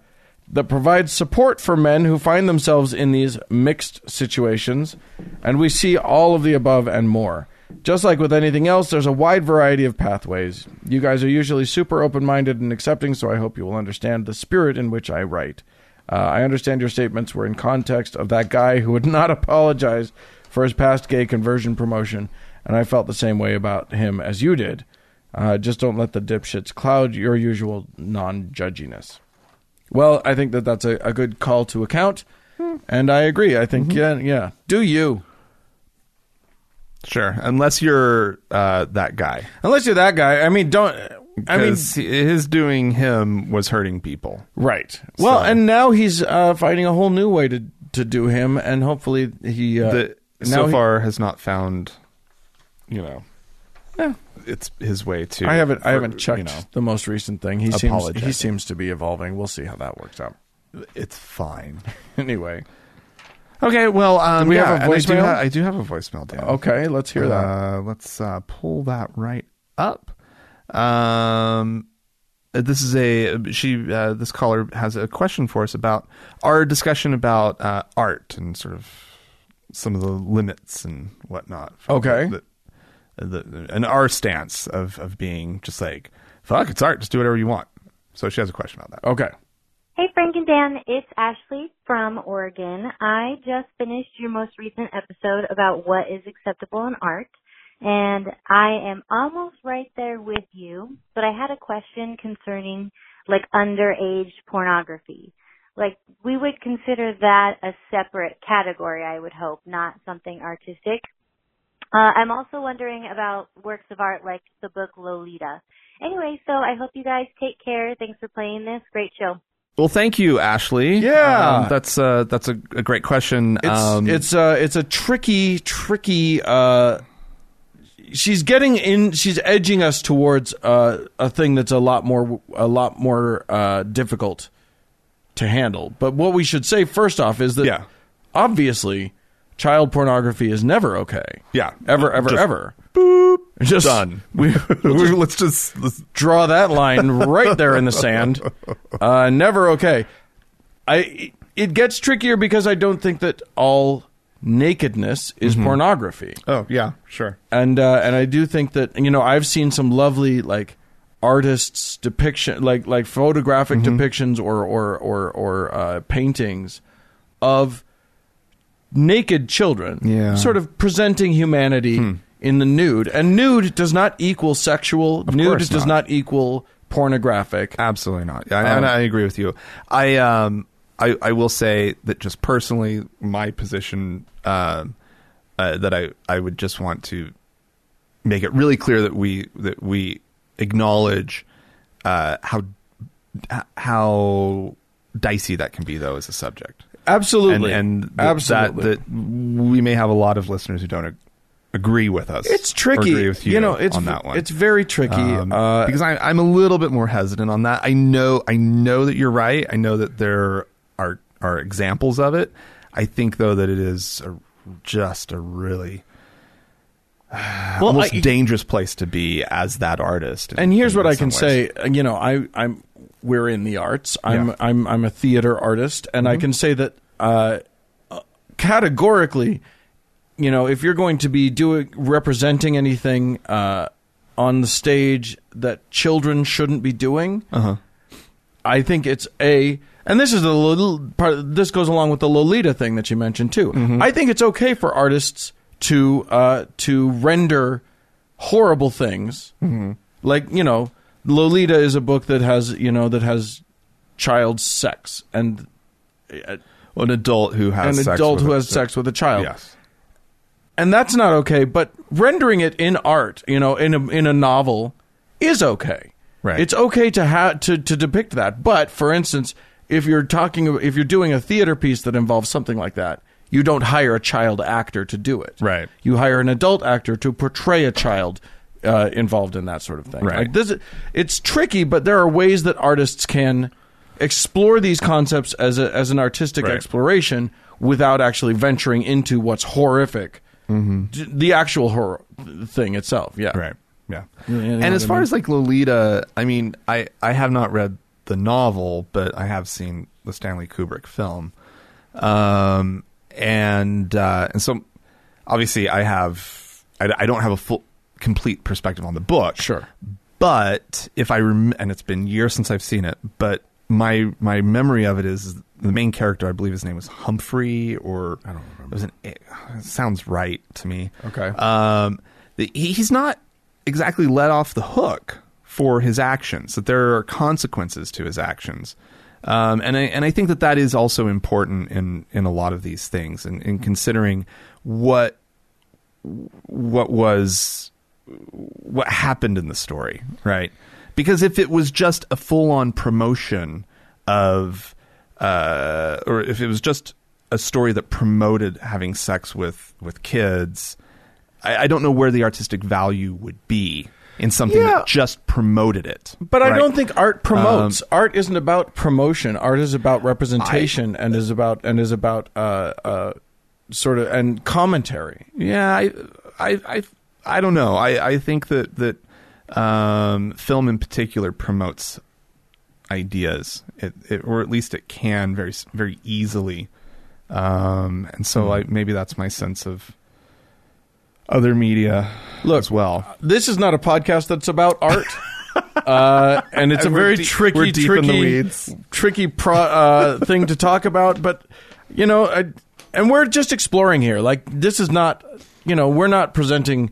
that provides support for men who find themselves in these mixed situations, and we see all of the above and more. Just like with anything else, there's a wide variety of pathways. You guys are usually super open minded and accepting, so I hope you will understand the spirit in which I write. Uh, I understand your statements were in context of that guy who would not apologize for his past gay conversion promotion, and I felt the same way about him as you did. Uh, just don't let the dipshits cloud your usual non judginess. Well, I think that that's a, a good call to account, Hmm. and I agree. I think, Mm-hmm. yeah, yeah. Do you? sure. Unless you're uh, that guy. Unless you're that guy. I mean, don't. I mean, 'Cause his doing him was hurting people. right. Well, So- and now he's uh, finding a whole new way to, to do him, and hopefully he. Uh, that now so he- far has not found, you know, it's his way to. I haven't. I for- haven't checked You know, the most recent thing. He seems. He Apologizing. seems to be evolving. We'll see how that works out. it's fine. anyway, Okay, well, um, Do we yeah, have a and I do, voicemail? ha- I do have a voicemail. Dan. okay, let's hear that. Uh, let's uh, pull that right up. Um, this is a she. Uh, this caller has a question for us about our discussion about uh, art and sort of some of the limits and whatnot. Okay. The, uh, the, and our stance of of being just like fuck, it's art. Just do whatever you want. So she has a question about that. Okay. Hey Frank and Dan, it's Ashley from Oregon. I just finished your most recent episode about what is acceptable in art, and I am almost right there with you, but I had a question concerning like underage pornography. Like we would consider that a separate category, I would hope, not something artistic. Uh, I'm also wondering about works of art like the book Lolita. Anyway, so I hope you guys take care. Thanks for playing this. Great show. Well, thank you, Ashley. Yeah. Um, that's uh, that's a, a great question. It's um, it's a it's a tricky tricky. Uh, she's getting in. She's edging us towards uh, a thing that's a lot more a lot more uh, difficult to handle. But what we should say first off is that Yeah. obviously child pornography is never okay. Yeah. Ever ever Just- ever. just done. We, let's just let's draw that line right there in the sand. Uh, never okay. I it gets trickier because I don't think that all nakedness is Mm-hmm. pornography. Oh yeah, sure. and uh, and I do think that you know I've seen some lovely like artists depiction like like photographic Mm-hmm. depictions or or or or uh, paintings of naked children, Yeah. Hmm. sort of presenting humanity in the nude. And nude does not equal sexual. nude course does not. equal pornographic. Absolutely not. Yeah, and- Oh. and I agree with you. I um I, I will say that just personally my position um uh, that I, I would just want to make it really clear that we that we acknowledge uh, how h- how dicey that can be though as a subject. And, Absolutely, and th- absolutely. that, that we may have a lot of listeners who don't ag- agree with us. it's or tricky. agree with you, know, it's on that one. it's very tricky. Um, uh, because I, I'm a little bit more hesitant on that. I know I know that you're right. I know that there are are examples of it. I think though that it is a, just a really almost I- dangerous place to be as that artist. in- and here's in what I can some ways. say. uh, You know, I, I'm we're in the arts. I'm Yeah. Mm-hmm. I'm I'm a theater artist, and I can say that uh, uh, categorically. You know, if you're going to be doing representing anything uh, on the stage that children shouldn't be doing, Uh-huh. I think it's a. And this is the little part. This goes along with the Lolita thing that you mentioned too. Mm-hmm. I think it's okay for artists to uh, to render horrible things. Mm-hmm. Like you know, Lolita is a book that has you know that has child sex and Well, an adult who has an sex adult with who a- has sex with a child Yes. and that's not okay. But rendering it in art, you know, in a in a novel, is okay. Right. It's okay to ha- to to depict that. But for instance, if you're talking, if you're doing a theater piece that involves something like that, you don't hire a child actor to do it. Right. You hire an adult actor to portray a child. Uh, involved in that sort of thing. Right. Like this, it's tricky, but there are ways that artists can explore these concepts as a, as an artistic Right. exploration without actually venturing into what's horrific, D- the actual horror thing itself. Yeah, Mm-hmm. Right. Yeah. you know and as what I far mean? as like Lolita, I mean, I I have not read the novel, but I have seen the Stanley Kubrick film. Um and uh and so obviously I have I, I don't have a full complete perspective on the book. Sure. But if I rem- and it's been years since I've seen it, but my my memory of it is the main character, I believe his name was Humphrey or I don't remember. It was an it sounds right to me Okay. um, the, he, he's not exactly let off the hook for his actions. That there are consequences to his actions, um, and I and I think that that is also important in in a lot of these things, and in considering what what was what happened in the story, right? Because if it was just a full on promotion of, uh, or if it was just a story that promoted having sex with with kids, I, I don't know where the artistic value would be in something Yeah. that just promoted it. But I right? Um, don't think art promotes. art isn't about promotion. Art is about representation and is about and is about uh, uh, sort of and commentary. Yeah, I, I, I, I don't know. I, I think that that um, film in particular promotes ideas, it, it, or at least it can very s- very easily. Um, and Hmm. so, I, maybe that's my sense of other media Look, uh, as well. This is not a podcast that's about art. Uh, and it's a We're very deep- tricky, we're deep tricky, in the weeds. tricky pro, uh, thing to talk about. But you know, I, and we're just exploring here. Like this is not, you know, we're not presenting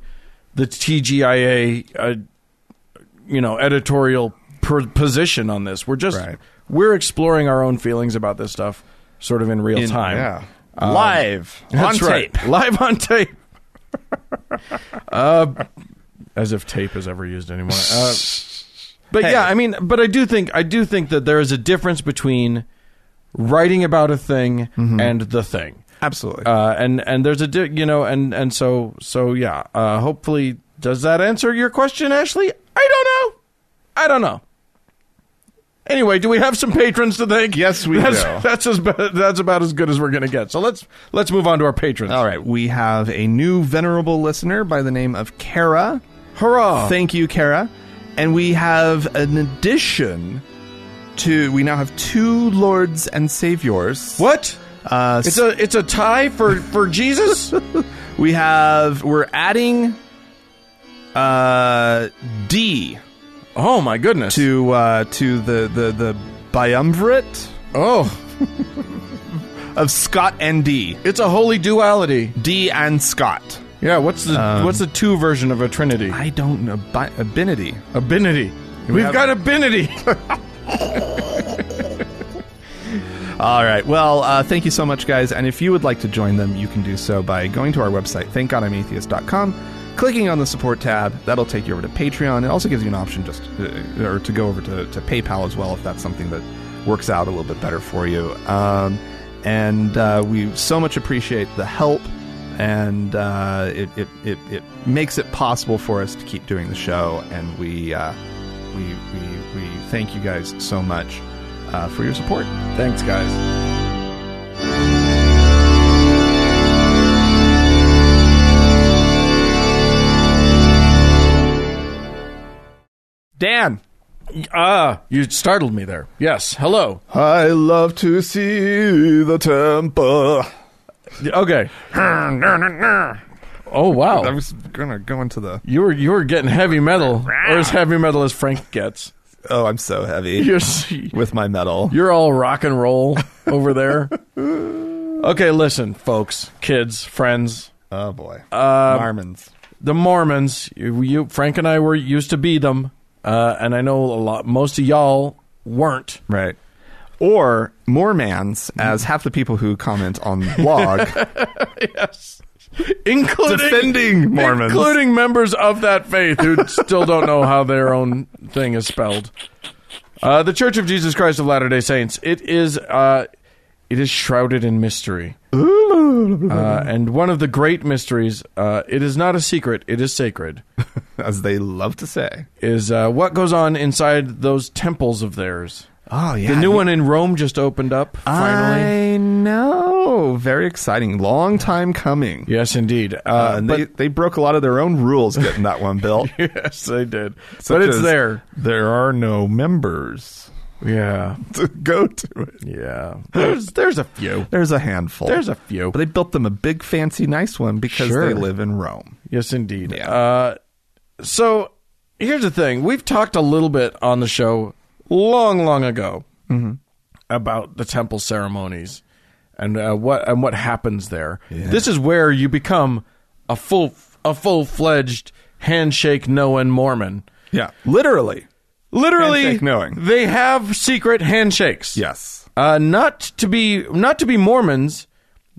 the TGIA, uh, you know, editorial per- position on this. We're just Right. we're exploring our own feelings about this stuff, sort of in real time. Um, live that's right. live on tape. Uh, as if tape is ever used anymore. Uh, but yeah, I mean, but I do think I do think that there is a difference between writing about a thing and the thing, Absolutely. uh, and and there's a di- you know, and and so so yeah. Uh, hopefully, does that answer your question, Ashley? I don't know. I don't know. Anyway, do we have some patrons to thank? Yes, we that's, do. That's as ba- that's about as good as we're going to get. So let's let's move on to our patrons. All right, we have a new venerable listener by the name of Kara. Hurrah! Thank you, Kara. And we have an addition to. We now have two lords and saviors. what? Uh, It's a it's a tie for for Jesus. we have we're adding uh, D Oh my goodness. to uh, to the the the biumvirate Oh, of Scott and D. it's a holy duality. D and Scott. Yeah. What's the what's the two version of a trinity? Um, I don't know bi- abinity. Abinity. We've have- got abinity. All right. Well, uh, thank you so much, guys. And if you would like to join them, you can do so by going to our website, thankgodimatheist.com, clicking on the support tab. That'll take you over to Patreon. It also gives you an option just to, or to go over to, to PayPal as well if that's something that works out a little bit better for you. Um, and uh, we so much appreciate the help, and uh, it, it, it, it makes it possible for us to keep doing the show. And we, uh, we, we, we thank you guys so much uh, for your support. Thanks, guys. Dan. Ah, you startled me there. Yes. Hello. I love to see the temple. Okay. Oh I wow. was gonna go into the. You were you were getting heavy metal, or as heavy metal as Frank gets. Oh, I'm so heavy You're s- with my metal. you're all rock and roll over there. Okay, listen, folks, kids, friends, Oh boy, uh, Marmons. the Mormons. You, you Frank and I were used to be them, uh, and I know a lot. Most of y'all weren't. Right. Or Mormons, as half the people who comment on the blog, including Defending Mormons. including members of that faith who still don't know how their own thing is spelled. Uh, the Church of Jesus Christ of Latter Day Saints. It is uh, it is shrouded in mystery, Mm-hmm. uh, and one of the great mysteries. Uh, it is not a secret; it is sacred. as they love to say. Is uh, what goes on inside those temples of theirs. Oh yeah, The new one in Rome just opened up finally. I know. Very exciting. Long time coming. Yes, indeed. Uh, Uh, and they, they broke a lot of their own rules getting that one built. but, yes, they did. Such but it's as, there. There are no members Yeah. to go to it. Yeah. There's there's a few. There's a handful. There's a few. But they built them a big, fancy, nice one because Sure. they live in Rome. Yes, indeed. Yeah. Uh, so here's the thing: we've talked a little bit on the show long, long ago Mm-hmm. about the temple ceremonies and uh, what and what happens there. This is where you become a full a full fledged handshake knowing Mormon. Yeah, literally. Literally, Handshake knowing. they have secret handshakes. Yes. Uh, not to be not to be Mormons,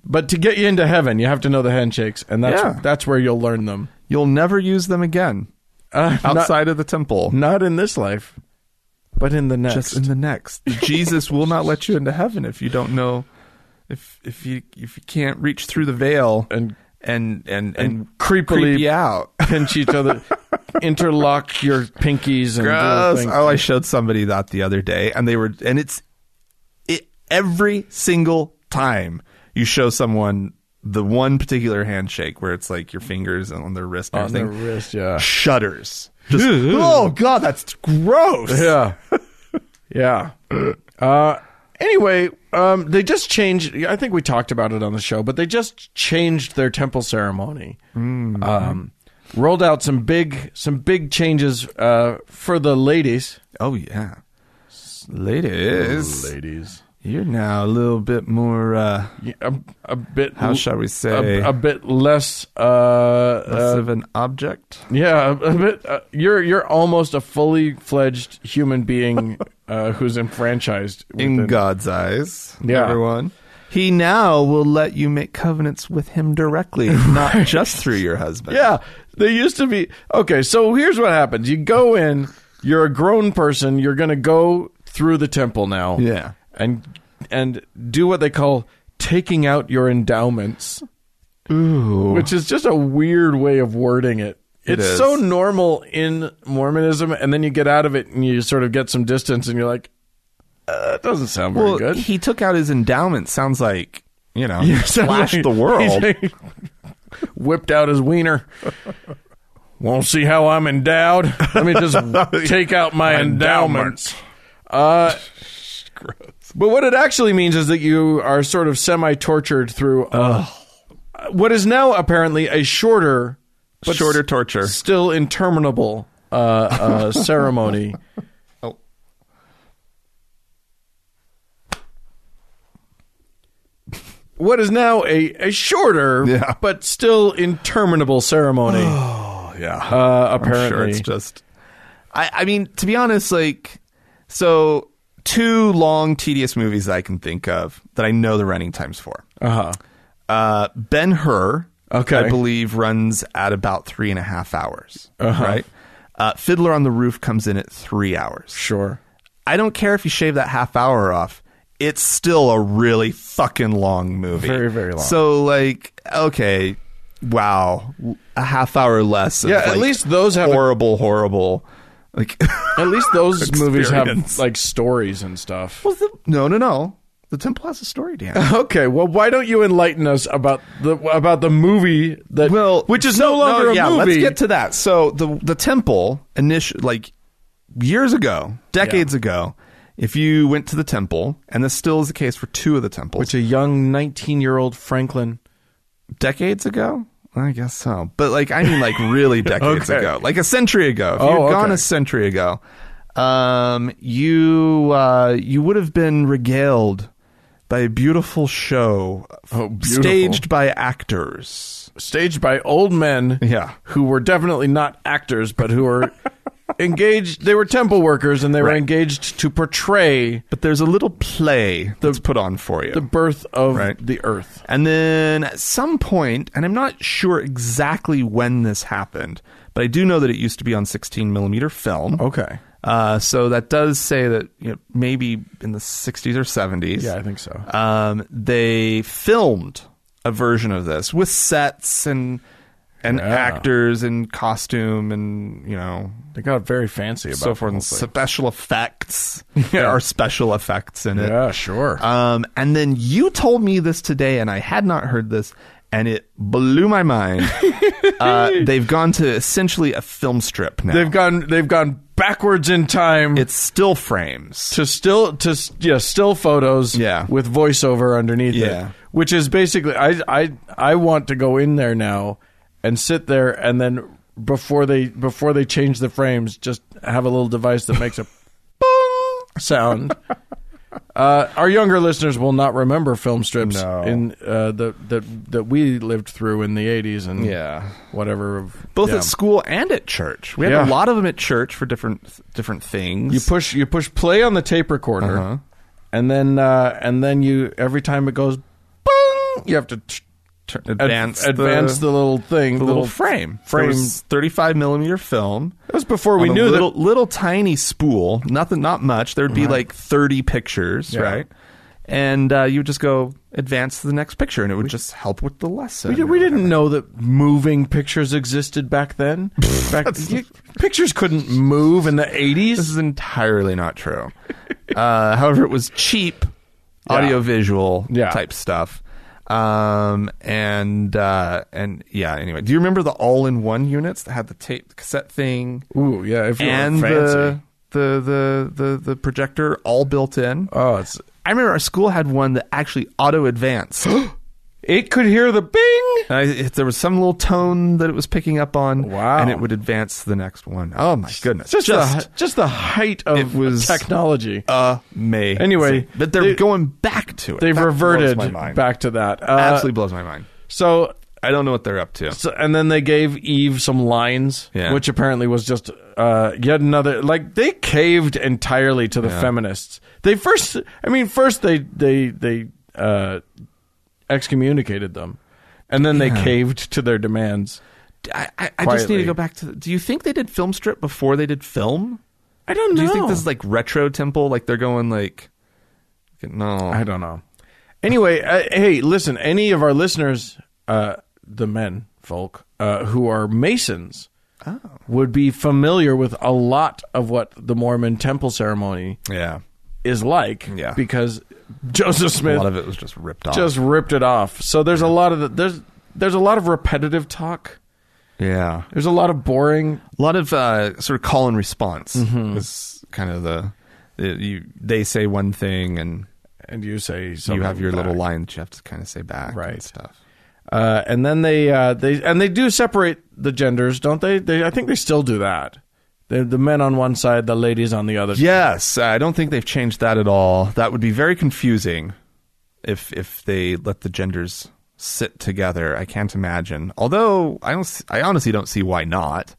but to get you into heaven, you have to know the handshakes, and that's Yeah. that's where you'll learn them. You'll never use them again Uh, not- outside of the temple. not, in this life, but in the next. Just in the next. Jesus will not let you into heaven if you don't know if if you if you can't reach through the veil And- and and and, creepily creep you out. pinch each other, interlock your pinkies, and little Gross. things. Oh, I showed somebody that the other day, and they were, and it's it, every single time you show someone the one particular handshake where it's like your fingers and on their wrist and on the everything, wrist. Yeah, shudders. Just, oh god, that's gross. yeah, yeah. Uh, anyway, um, they just changed. I think we talked about it on the show, but they just changed their temple ceremony. Mm-hmm. Um, rolled out some big some big changes uh, for the ladies. Oh yeah, ladies, ladies. you're now a little bit more. uh A, a bit. How shall we say? A, a bit less. Uh, uh, Less of an object. yeah, a, a bit. Uh, you're you're almost a fully fledged human being uh, who's enfranchised. in within- God's eyes. Yeah. Everyone. He now will let you make covenants with him directly, not just through your husband. Yeah, they used to be. Okay, so here's what happens: you go in, you're a grown person, you're gonna go through the temple now. Yeah. and and do what they call taking out your endowments. Ooh. which is just a weird way of wording it. It It's is. so normal in Mormonism, and then you get out of it and you sort of get some distance, and you're like, uh, "It doesn't sound very Well, good." he took out his endowment. Sounds like, you know, It sounds flash like- the world. whipped out his wiener. Won't see how I'm endowed. Let me just take out my endowments. Uh, But what it actually means is that you are sort of semi tortured through uh, what is now apparently a shorter, but Shorter torture. still interminable uh, uh, ceremony. Oh. What is now a, a shorter Yeah. but still interminable ceremony, uh, Yeah. apparently. sure it's just I, I mean to be honest like so two long tedious movies that i can think of that i know the running times for uh-huh. uh, ben hur Okay. i believe runs at about three and a half hours Uh-huh. right uh, fiddler on the roof comes in at three hours Sure. i don't care if you shave that half hour off it's still a really fucking long movie Very, very long. so like okay wow a half hour less of, Yeah, at like, least those have a- horrible horrible like At least those movies have Experience. like stories and stuff. Well, the, no, no, no. The temple has a story, Dan. Okay, well, why don't you enlighten us about the about the movie that Well, which is no longer a yeah, movie? Let's get to that. So the the temple initial like years ago, decades ago, if you went to the temple, and this still is the case for two of the temples, which a young nineteen-year-old Franklin. decades ago. I guess so, but like I mean, like really decades Okay. ago, like a century ago. If Oh, you had gone okay. a century ago, um, you uh, you would have been regaled by a beautiful show Oh, beautiful. staged by actors. staged by old men Yeah. who were definitely not actors but who were engaged they were temple workers and they were Right. engaged to portray But there's a little play that's put on for you. the birth of Right. the earth and then at some point, and I'm not sure exactly when this happened, but I do know that it used to be on 16 millimeter film. okay Uh, so that does say that you know, maybe in the 60s or 70s. yeah i think so Um, they filmed a version of this with sets and and Yeah. actors and costume and you know they got very fancy about so forth the and whole thing. special effects. There are special effects in it. yeah sure Um, and then you told me this today, and I had not heard this, and it blew my mind. uh, they've gone to essentially a film strip now. they've gone they've gone backwards in time it's still frames. to still to s- yeah still photos Yeah. with voiceover underneath Yeah. it which is basically I I I want to go in there now and sit there and then before they before they change the frames just have a little device that makes a boom sound uh, our younger listeners will not remember film strips No. in uh, the that that we lived through in the 80s and Yeah. whatever of- Both yeah. at school and at church. We had Yeah. a lot of them at church for different different things. You push you push play on the tape recorder, Uh-huh. and then uh, and then you every time it goes, boom, you have to t- Tur- ad- advance advance the, little thing, the little frame frame. There was 35 millimeter film. That was before we on a knew little, little tiny spool, nothing, not much. There'd be like thirty pictures, Yeah. right? And uh, you would just go advance to the next picture, and it would just help with the lesson. that we, we didn't know that moving pictures existed back then. back, you- pictures couldn't move in the This eighties. is entirely not true. uh, however, it was cheap audiovisual Yeah. type stuff. Um and uh and yeah anyway do you remember the all in one units that had the tape the cassette thing Ooh, yeah, if you and were fancy. the, the the the the projector all built in oh, it's, I remember our school had one that actually auto advanced. it could hear the bing. And I, if there was some little tone that it was picking up on, Wow. and it would advance to the next one. Oh my goodness! Just the, just the height of It was- technology. amazing. Anyway, but they're they- going back to it. They've That blows reverted my mind. back to that. Uh, Absolutely blows my mind. So I don't know what they're up to. So, and then they gave Eve some lines, Yeah. which apparently was just uh, yet another. Like they caved entirely to the feminists. They first, I mean, first they they they uh, excommunicated them, and then they caved to their demands. I, I, I just Quietly. need to go back to. The, do you think they did film strip before they did film? I don't know. Do you think this is like retro temple? Like they're going like, no, I don't know. Anyway, uh, hey, listen, any of our listeners, uh, the men folk uh, who are Masons, Oh. would be familiar with a lot of what the Mormon temple ceremony yeah. is like Yeah. because Joseph A Smith lot of it was just ripped off. just ripped it off. So there's a lot of the, there's there's a lot of repetitive talk. yeah. There's a lot of boring. a lot of uh, sort of Mm-hmm. call and response is kind of the, the you, they say one thing and and you say something you have your back. little line that you have to kind of say back, Right. And stuff. Uh, and then they uh, they and they do separate the genders, don't they? They I think they still do that. The the men on one side, the ladies on the other. Yes, I don't think they've changed that at all. That would be very confusing if if they let the genders sit together. I can't imagine. Although I don't, s- I honestly don't see why not.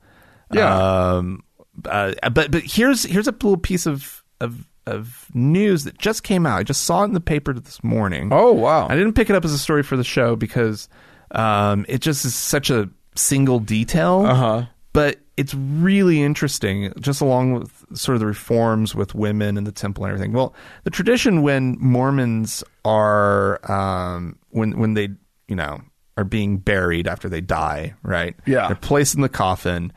Yeah. Um. Uh, but but here's here's a little piece of of of news that just came out. I just saw it in the paper this morning. Oh wow. I didn't pick it up as a story for the show because um, it just is such a single detail. Uh-huh. But it's really interesting, just along with sort of the reforms with women and the temple and everything. Well, the tradition when Mormons are um, when when they you know are being buried after they die, right? Yeah. They're placed in the coffin,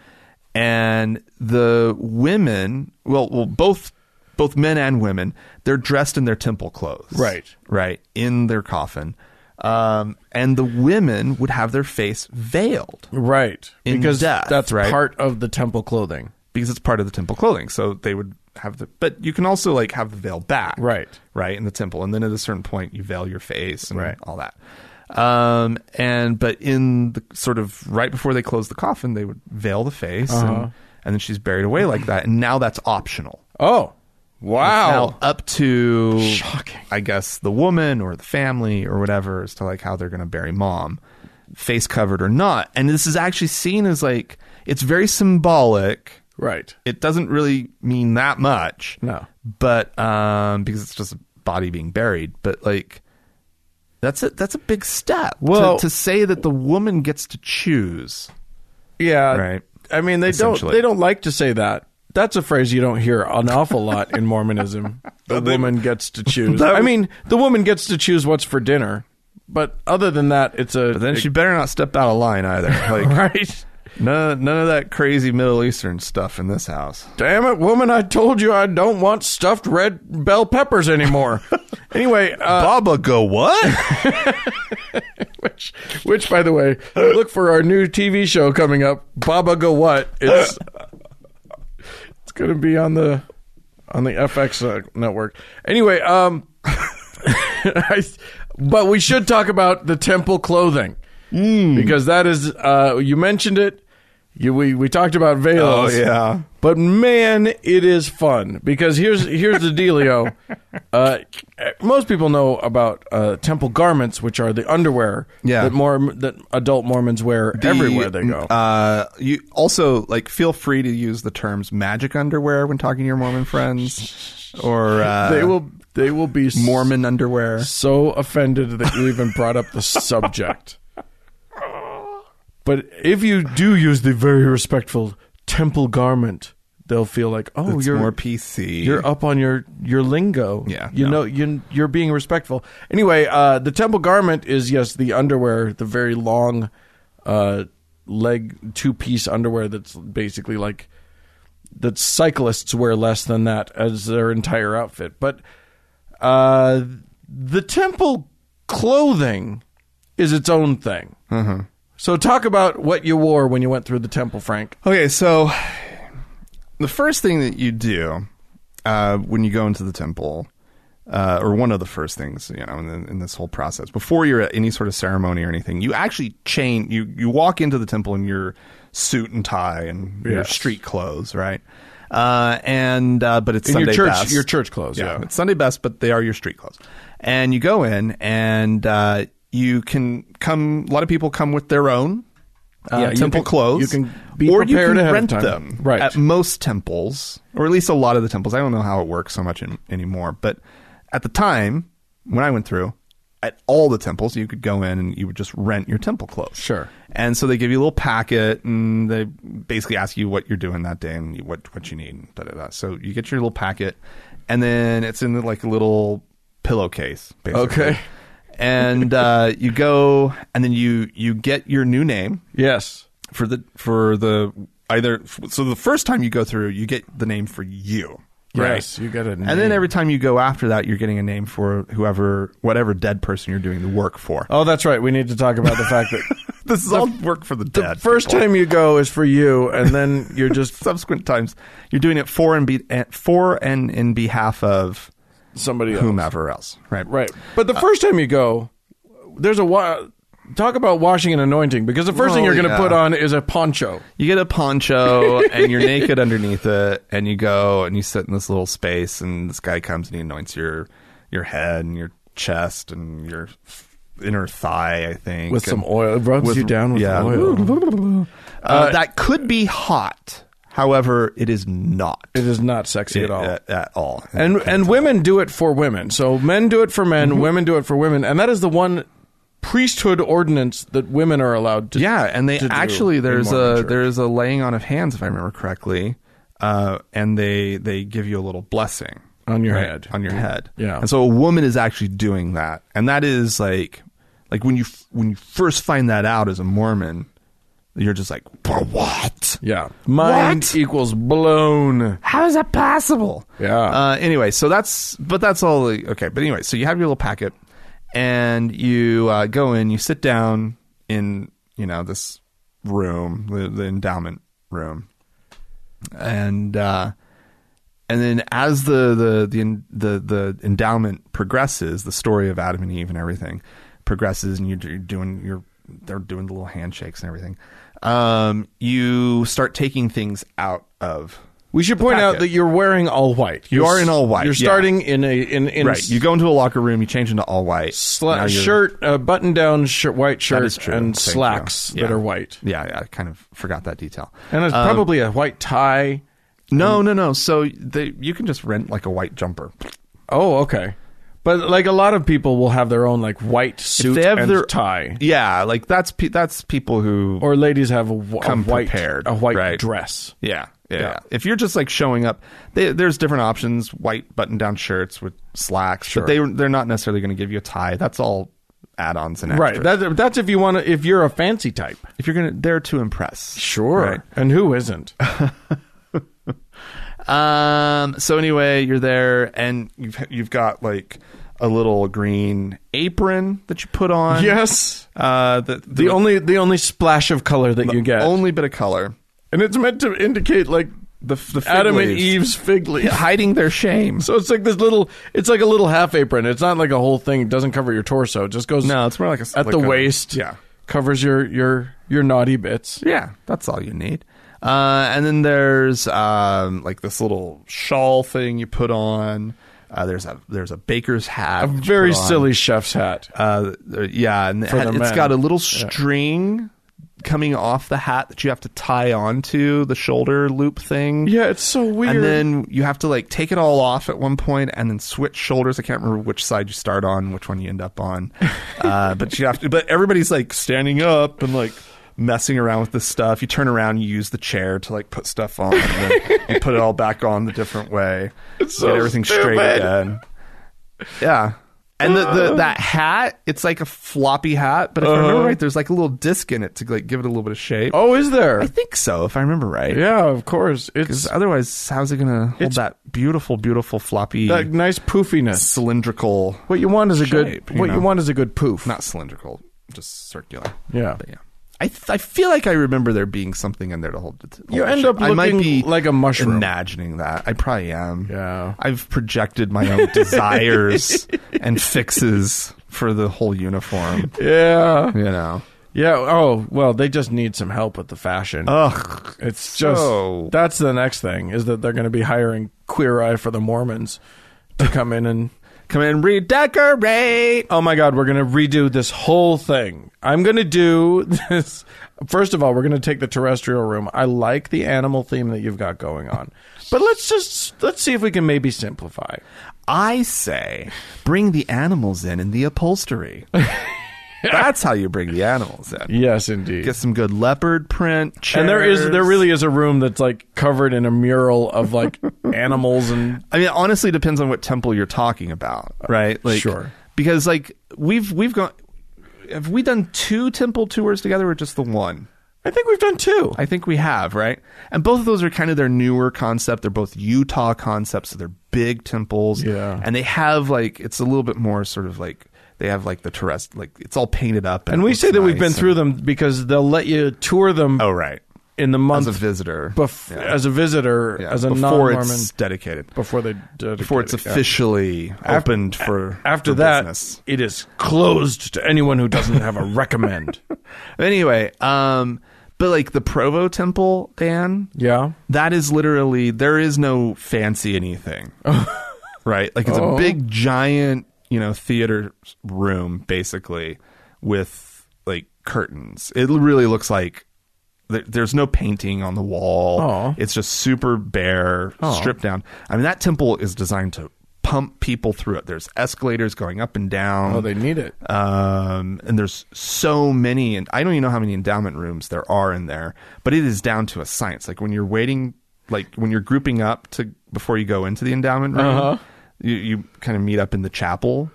and the women, well, well, both both men and women, they're dressed in their temple clothes Right. right in their coffin um, and the women would have their face veiled Right. In because death, that's right? part of the temple clothing. because it's part of the temple clothing so they would have the but you can also like have the veil back Right. right in the temple and then at a certain point you veil your face and Right. all that um and but in the sort of right before they close the coffin they would veil the face Uh-huh. and, and then she's buried away like that and now that's optional Oh. Wow. now up to Shocking. I guess the woman or the family or whatever as to like how they're going to bury mom, face covered or not. And this is actually seen as like it's very symbolic. right. It doesn't really mean that much. No. but um, because it's just a body being buried. But like that's a that's a big step. to- Well- to, say that the woman gets to choose. Yeah. Right. I mean they don't Essentially. they don't like to say that. That's a phrase you don't hear an awful lot in Mormonism. The woman gets to choose. I mean, the woman gets to choose what's for dinner. But other than that, it's a But then she better not step out of line either. Like right. none none of that crazy Middle Eastern stuff in this house. Damn it, woman! I told you I don't want stuffed red bell peppers anymore. anyway, uh, Baba go what? which, which, by the way, look for our new TV show coming up, Baba Go What. It's it's going to be on the on the FX uh, network. Anyway, um, I, but we should talk about the temple clothing Mm. because that is uh, you mentioned it. You, we we talked about veils. Oh, yeah. But man, it is fun because here's here's the dealio. Uh, most people know about uh, temple garments, which are the underwear Yeah. that more that adult Mormons wear everywhere they go. Uh, you also like feel free to use the terms magic underwear when talking to your Mormon friends, or uh, they will they will be s- Mormon underwear. so offended that you even brought up the subject. But if you do use the very respectful temple garment, they'll feel like, oh, It's you're more PC. You're up on your your lingo. Yeah, you no. know you you're being respectful. Anyway, uh, the temple garment is yes the underwear, the very long, uh, leg two piece underwear that's basically like that cyclists wear less than that as their entire outfit. But uh, the temple clothing is its own thing. Mm-hmm. So talk about what you wore when you went through the temple, Frank. Okay, so the first thing that you do uh, when you go into the temple, uh, or one of the first things, you know, in, in this whole process, before you're at any sort of ceremony or anything, you actually chain. You you walk into the temple in your suit and tie and your Yes. street clothes, right? Uh, and uh, but it's In your Sunday church- best. your church clothes, yeah. it's Sunday best, but they are your street clothes. And you go in, and uh, you can come. A lot of people come with their own uh, Yeah, you temple can- clothes. you can be or you prepared can ahead of rent time. them Right. at most temples, or at least a lot of the temples. I don't know how it works so much in, anymore, but at the time when I went through, at all the temples, you could go in and you would just rent your temple clothes. Sure. And so they give you a little packet, and they basically ask you what you're doing that day and what what you need. and Da, da, da. So you get your little packet, and then it's in like a little pillowcase. Basically. Okay. And uh, you go, and then you you get your new name Yes. for the for the either so the first time you go through you get the name for you Yes, you got a and then name. every time you go after that you're getting a name for whoever whatever dead person you're doing the work for Oh, that's right. We need to talk about the fact that this is all work for the the dead first people. time you go is for you, and then you're just subsequent times you're doing it for and be and- for and in behalf of somebody else. whomever else, right? Right. But the Uh, first time you go, there's a wa- talk about washing and anointing because the first thing Well, you're going to yeah. put on is a poncho. You get a poncho and you're naked underneath it, and you go and you sit in this little space, and this guy comes and he anoints your your head and your chest and your inner thigh, I think, With and- some oil, it rubs you down with yeah. oil. Uh, that could be hot. However, it is not It is not sexy at all. at, at all. and and women do it for women. So men do it for men, Mm-hmm. women do it for women, and that is the one priesthood ordinance that women are allowed to. Yeah, and they to do actually in there's Mormon a church. there's a laying on of hands if I remember correctly, uh, and they they give you a little blessing On your head. on your head. Yeah. and so a woman is actually doing that, and that is like like when you f- when you first find that out as a Mormon, you're just like "For what? yeah. Mind What? equals blown. How is that possible? Yeah. Uh, anyway, so that's but that's all. the- Okay, but anyway, so you have your little packet, and you uh, go in, you sit down in you know this room, the, the endowment room, and uh, and then as the the the the the endowment progresses, the story of Adam and Eve and everything progresses, and you're, you're doing your they're doing the little handshakes and everything. Um, you start taking things out of. We should point out packet. that you're wearing all white. You You're are s- in all white, You're yeah. starting in a in in Right, you go into a locker room, you change into all white Now sla- you're- shirt, a button down shirt, white That shirt, is true. and Thank you. slacks Yeah. that are white, Yeah, yeah, I kind of forgot that detail. and it's Um, probably a white tie. no, no, no. So they, you can just rent like a white jumper. Oh, okay. But like a lot of people will have their own like white suit and tie, yeah, like that's pe- that's people who or ladies have a, wh- a Come white prepared, a white right. dress. Yeah, yeah. Yeah. yeah. If you're just like showing up, they, there's different options: white button-down shirts with slacks. But they they're not necessarily going to give you a tie. That's all add-ons and extras. Right. That, that's if you want to. If you're a fancy type, if you're gonna, there to impress. Right. And who isn't? Um. So anyway, you're there, and you've you've got like a little green apron that you put on. yes. Uh. The the, The only the only splash of color that you get, only bit of color. and it's meant to indicate like The f- the fig Adam and leaves. Eve's fig leaf. hiding their shame. So it's like this little. It's like a little half apron. It's not like a whole thing. It doesn't cover your torso. It just goes No, it's more like a at like the a- waist. Yeah. Covers your your your naughty bits. Yeah, that's all you need. Uh, and then there's um, like this little shawl thing you put on. Uh, there's a there's a baker's hat. A that you very put on. silly chef's hat. Uh, there- yeah, and it For had- the it's men. got a little string coming off the hat that you have to tie onto the shoulder loop thing. Yeah, it's so weird. And then you have to like take it all off at one point, and then switch shoulders. I can't remember which side you start on, which one you end up on. Uh, but you have to. But everybody's like standing up and like messing around with this stuff. You turn around, you use the chair to like put stuff on, and then you put it all back on the different way. so get everything straight stupid. again. Yeah. And the, Uh. the that hat, it's like a floppy hat, but if I remember right, there's like a little disc in it to like give it a little bit of shape. Uh-huh. oh, is there? I think so, if I remember right. yeah, of course. It's Because otherwise, how's it going to hold It's- that beautiful, beautiful floppy that nice poofiness. cylindrical? What you want is a good. Shape, you what know. you want is a good poof. Not cylindrical, just circular. yeah. But yeah, I th- I feel like I remember there being something in there to hold it. to- You hold the end shape. up I might looking be like a mushroom. Imagining that, I probably am. Yeah. I've projected my own desires and fixes for the whole uniform. Yeah. You know. Yeah. Oh well, they just need some help with the fashion. Ugh. It's just So- that's the next thing is that they're going to be hiring Queer Eye for the Mormons to come in and Come in, redecorate. oh my god, we're going to redo this whole thing. I'm going to do this. First of all, we're going to take the terrestrial room. I like the animal theme that you've got going on, but let's just let's see if we can maybe simplify. I say, bring the animals in in the upholstery. That's how you bring the animals in. Yes, indeed. Get some good leopard print. Chairs. and there is there really is a room that's like covered in a mural of like animals and I mean, it honestly, depends on what temple you're talking about, right? Like, Sure. Because like we've we've gone. Have we done two temple tours together, or just the one? I think we've done two. I think we have, right? And both of those are kind of their newer concept. They're both Utah concepts, so they're big temples. Yeah. And they have like it's a little bit more sort of like they have like the terrest like it's all painted up. and it we looks say that we've nice been and- through them because they'll let you tour them Oh right. in the month as a visitor. bef- Yeah. as a visitor, Yeah, as a before non-Mormon, it's dedicated, before they dedicate before it's it, yeah. officially After- opened for After for that, Business. it is closed to anyone who doesn't have a recommend. Anyway, um, but like the Provo Temple, Dan, Yeah, that is literally there is no fancy anything, right? Like it's Oh. a big giant, you know, theater room basically with like curtains. It really looks like there- there's no painting on the wall. Oh. It's just super bare, stripped down. I mean, that temple is designed to pump people through it. There's escalators going up and down oh, they need it. um, and there's so many, and I don't even know how many endowment rooms there are in there, but it is down to a science. Like when you're waiting, like when you're grouping up to before you go into the endowment room, you, you kind of meet up in the chapel,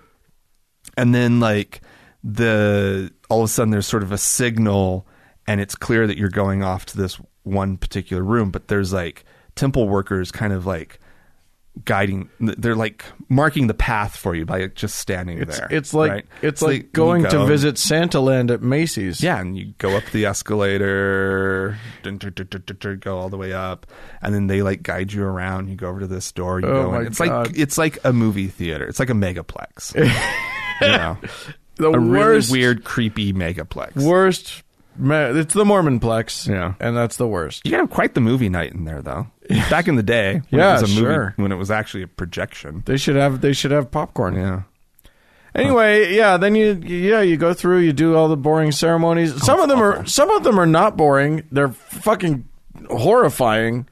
and then like the all of a sudden there's sort of a signal, and it's clear that you're going off to this one particular room, but there's like temple workers kind of like guiding they're like marking the path for you by like, just standing It's there it's like right? it's So like you going to go- visit Santa Land at Macy's. Yeah, and you go up the escalator, dun, dun, dun, dun, dun, dun, go all the way up, and then they like guide you around. You go over to this door. You Oh go my in. It's God. like it's like a movie theater. It's like a megaplex. You know? the a really worst, weird, creepy megaplex. worst. ma- It's the Mormonplex. Yeah. and that's the worst. you can have quite the movie night in there, though. Back in the day, when Yeah, it was a sure. movie, when it was actually a projection. They should have they should have popcorn. Yeah, Anyway, yeah, then you yeah, you go through, you do all the boring Oh, ceremonies. some of them are some of them are not boring. They're fucking horrifying.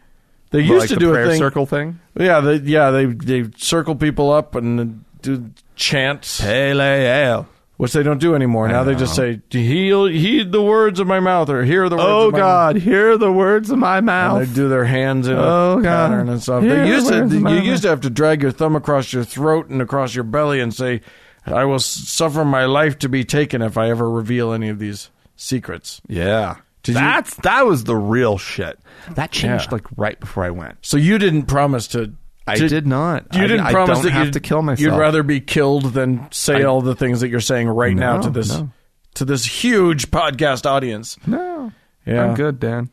They But, used like to the do a prayer thing. circle thing. Yeah, they yeah, they they circle people up and do chants, Pele which they don't do anymore. now they just say heal heed the words of my mouth or hear the words Oh of my God, hear the words of my mouth. mouth. And they do their hands in Oh, a God. pattern and stuff. Hear they used the to words of you my used to have to drag your thumb across your throat and across your belly and say, "I will s- suffer my life to be taken if I ever reveal any of these secrets." Yeah. Did you- That's that was the real shit. That changed Yeah. like right before I went. So you didn't promise to. I to- did not. You I- didn't I promise don't that have you'd, to kill myself. You'd rather be killed than say I- all the things that you're saying right now No, to this no. to this huge podcast audience. No. Yeah. I'm good, Dan.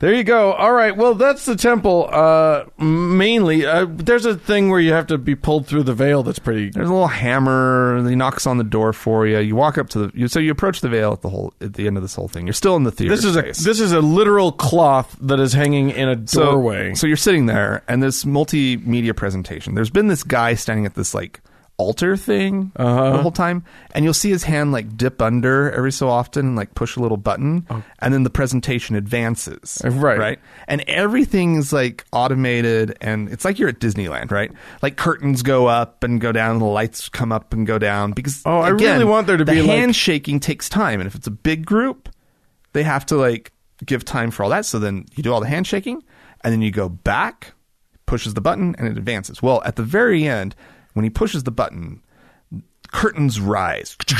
There you go. All right. Well, that's the temple. Uh, mainly, uh, there's a thing where you have to be pulled through the veil. That's pretty There's a little hammer. He knocks on the door for you. You walk up to the. You, so you approach the veil at the whole at the end of this whole thing. You're still in the theater. This is a space. this is a literal cloth that is hanging in a so, doorway. So you're sitting there, and this multimedia presentation. There's been this guy standing at this like altar thing Uh-huh. the whole time, and you'll see his hand like dip under every so often and like push a little button, and then the presentation advances. Oh. Uh, Right. right, and everything is like automated, and it's like you're at Disneyland, right? Like curtains go up and go down, and the lights come up and go down because Oh, I again, really want there to the be, like- handshaking takes time, and if it's a big group, they have to like give time for all that. So then you do all the handshaking, and then you go back, pushes the button, and it advances. Well, at the very end, when he pushes the button, curtains rise up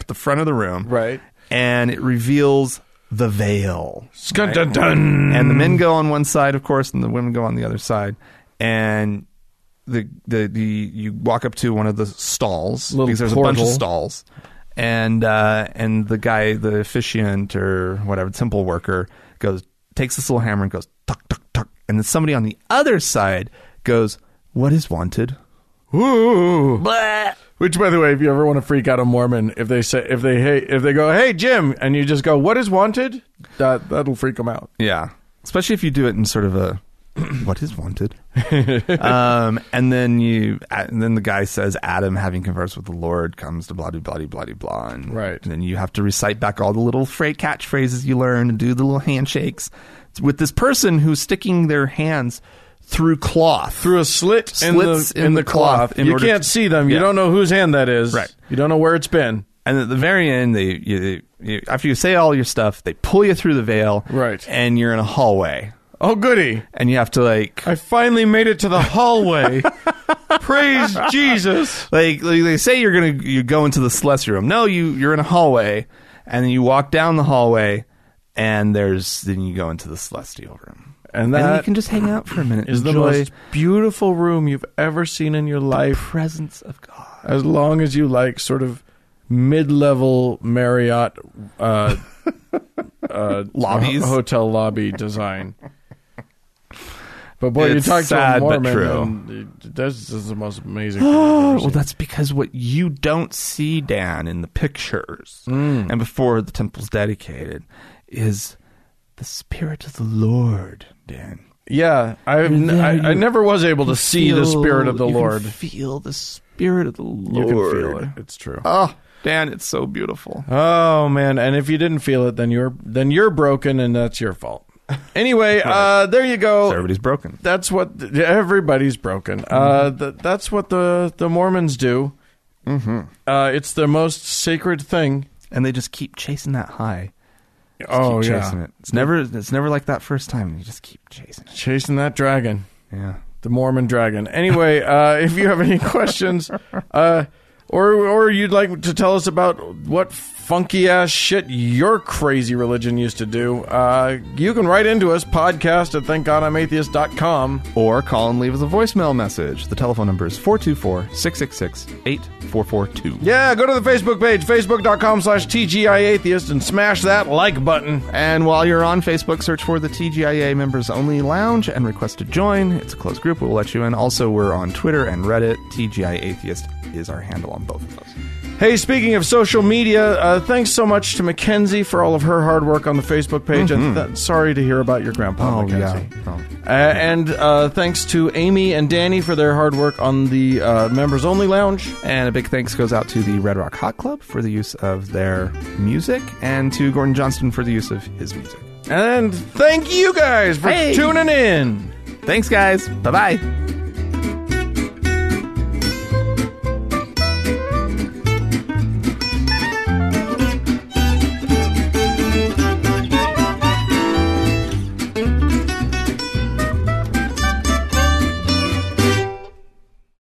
at the front of the room, Right. and it reveals the veil Skun dun dun. and the men go on one side, of course, and the women go on the other side, and the the, the you walk up to one of the stalls Little because there's a bunch portal. of stalls, and uh, and the guy, the officiant or whatever temple worker, goes takes this little hammer and goes tuck tuck tuck, and then somebody on the other side goes, "What is wanted?" Ooh. Blah. Which, by the way, if you ever want to freak out a Mormon, if they say if they hey if they go hey Jim, and you just go what is wanted, that that'll freak them out. Yeah, especially if you do it in sort of a what is wanted. um, and then you, and then the guy says, Adam, having conversed with the Lord, comes to blah blah blah blah blah, blah. And, Right. And then you have to recite back all the little fra- catchphrases you learn and do the little handshakes with this person who's sticking their hands through cloth. Through a slit Slits in the in, the cloth, in you order can't to- see them. You Yeah. don't know whose hand that is. Right. You don't know where it's been. And at the very end, they you, you, after you say all your stuff, they pull you through the veil. Right. And you're in a hallway, Oh goody! and you have to like I finally made it to the hallway. Praise Jesus! like, like they say you're gonna you go into the celestial room no you you're in a hallway and then you walk down the hallway and there's then you go into the celestial room And and then that you can just hang out for a minute is the enjoy most beautiful room you've ever seen in your the life. presence of god as long as you like sort of mid-level Marriott uh, uh, Lobbies. ho- hotel lobby design. But boy, It's you talk to sad, a but Mormon, true. and it- that's just the most amazing. thing I've ever well, seen. that's because what you don't see, Dan, in the pictures Mm. and before the temple's dedicated is the Spirit of the Lord, Dan. yeah, I, there, I, I you never was able to see the Feel- spirit of the you can Lord. feel the Spirit of the You Lord. can feel it. It's true. Oh, Dan, it's so beautiful. Oh man! And if you didn't feel it, then you're then you're broken, and that's your fault. Anyway, uh, there you go. Everybody's broken. That's what everybody's broken. Uh, th- that's what the the Mormons do. Mm-hmm. Uh, it's their most sacred thing. And they just keep chasing that high. oh keep yeah, chasing it. It's never it's never like that first time. You just keep chasing it. chasing that dragon. Yeah. the Mormon Dragon. Anyway, uh, if you have any questions, uh, or or you'd like to tell us about what funky ass shit your crazy religion used to do, uh, you can write into us podcast at thankgodimatheist.com. Or call and leave us a voicemail message. The telephone number is 424-666-8442. Yeah, go to the Facebook page, facebook.com slash TGIAtheist, and smash that like button. And while you're on Facebook, search for the TGIA Members Only Lounge and request to join. It's a closed group. We'll let you in. Also, we're on Twitter and Reddit. TGI Atheist is our handle on both of those. Hey, speaking of social media, uh, thanks so much to Mackenzie for all of her hard work on the Facebook page. And th- sorry to hear about your grandpa, Mm-hmm. Oh, Mackenzie. yeah. Oh. Uh, and uh, thanks to Amy and Danny for their hard work on the uh, members only lounge. And a big thanks goes out to the Red Rock Hot Club for the use of their music and to Gordon Johnston for the use of his music. And thank you guys for Hey. tuning in. Thanks, guys. Bye bye.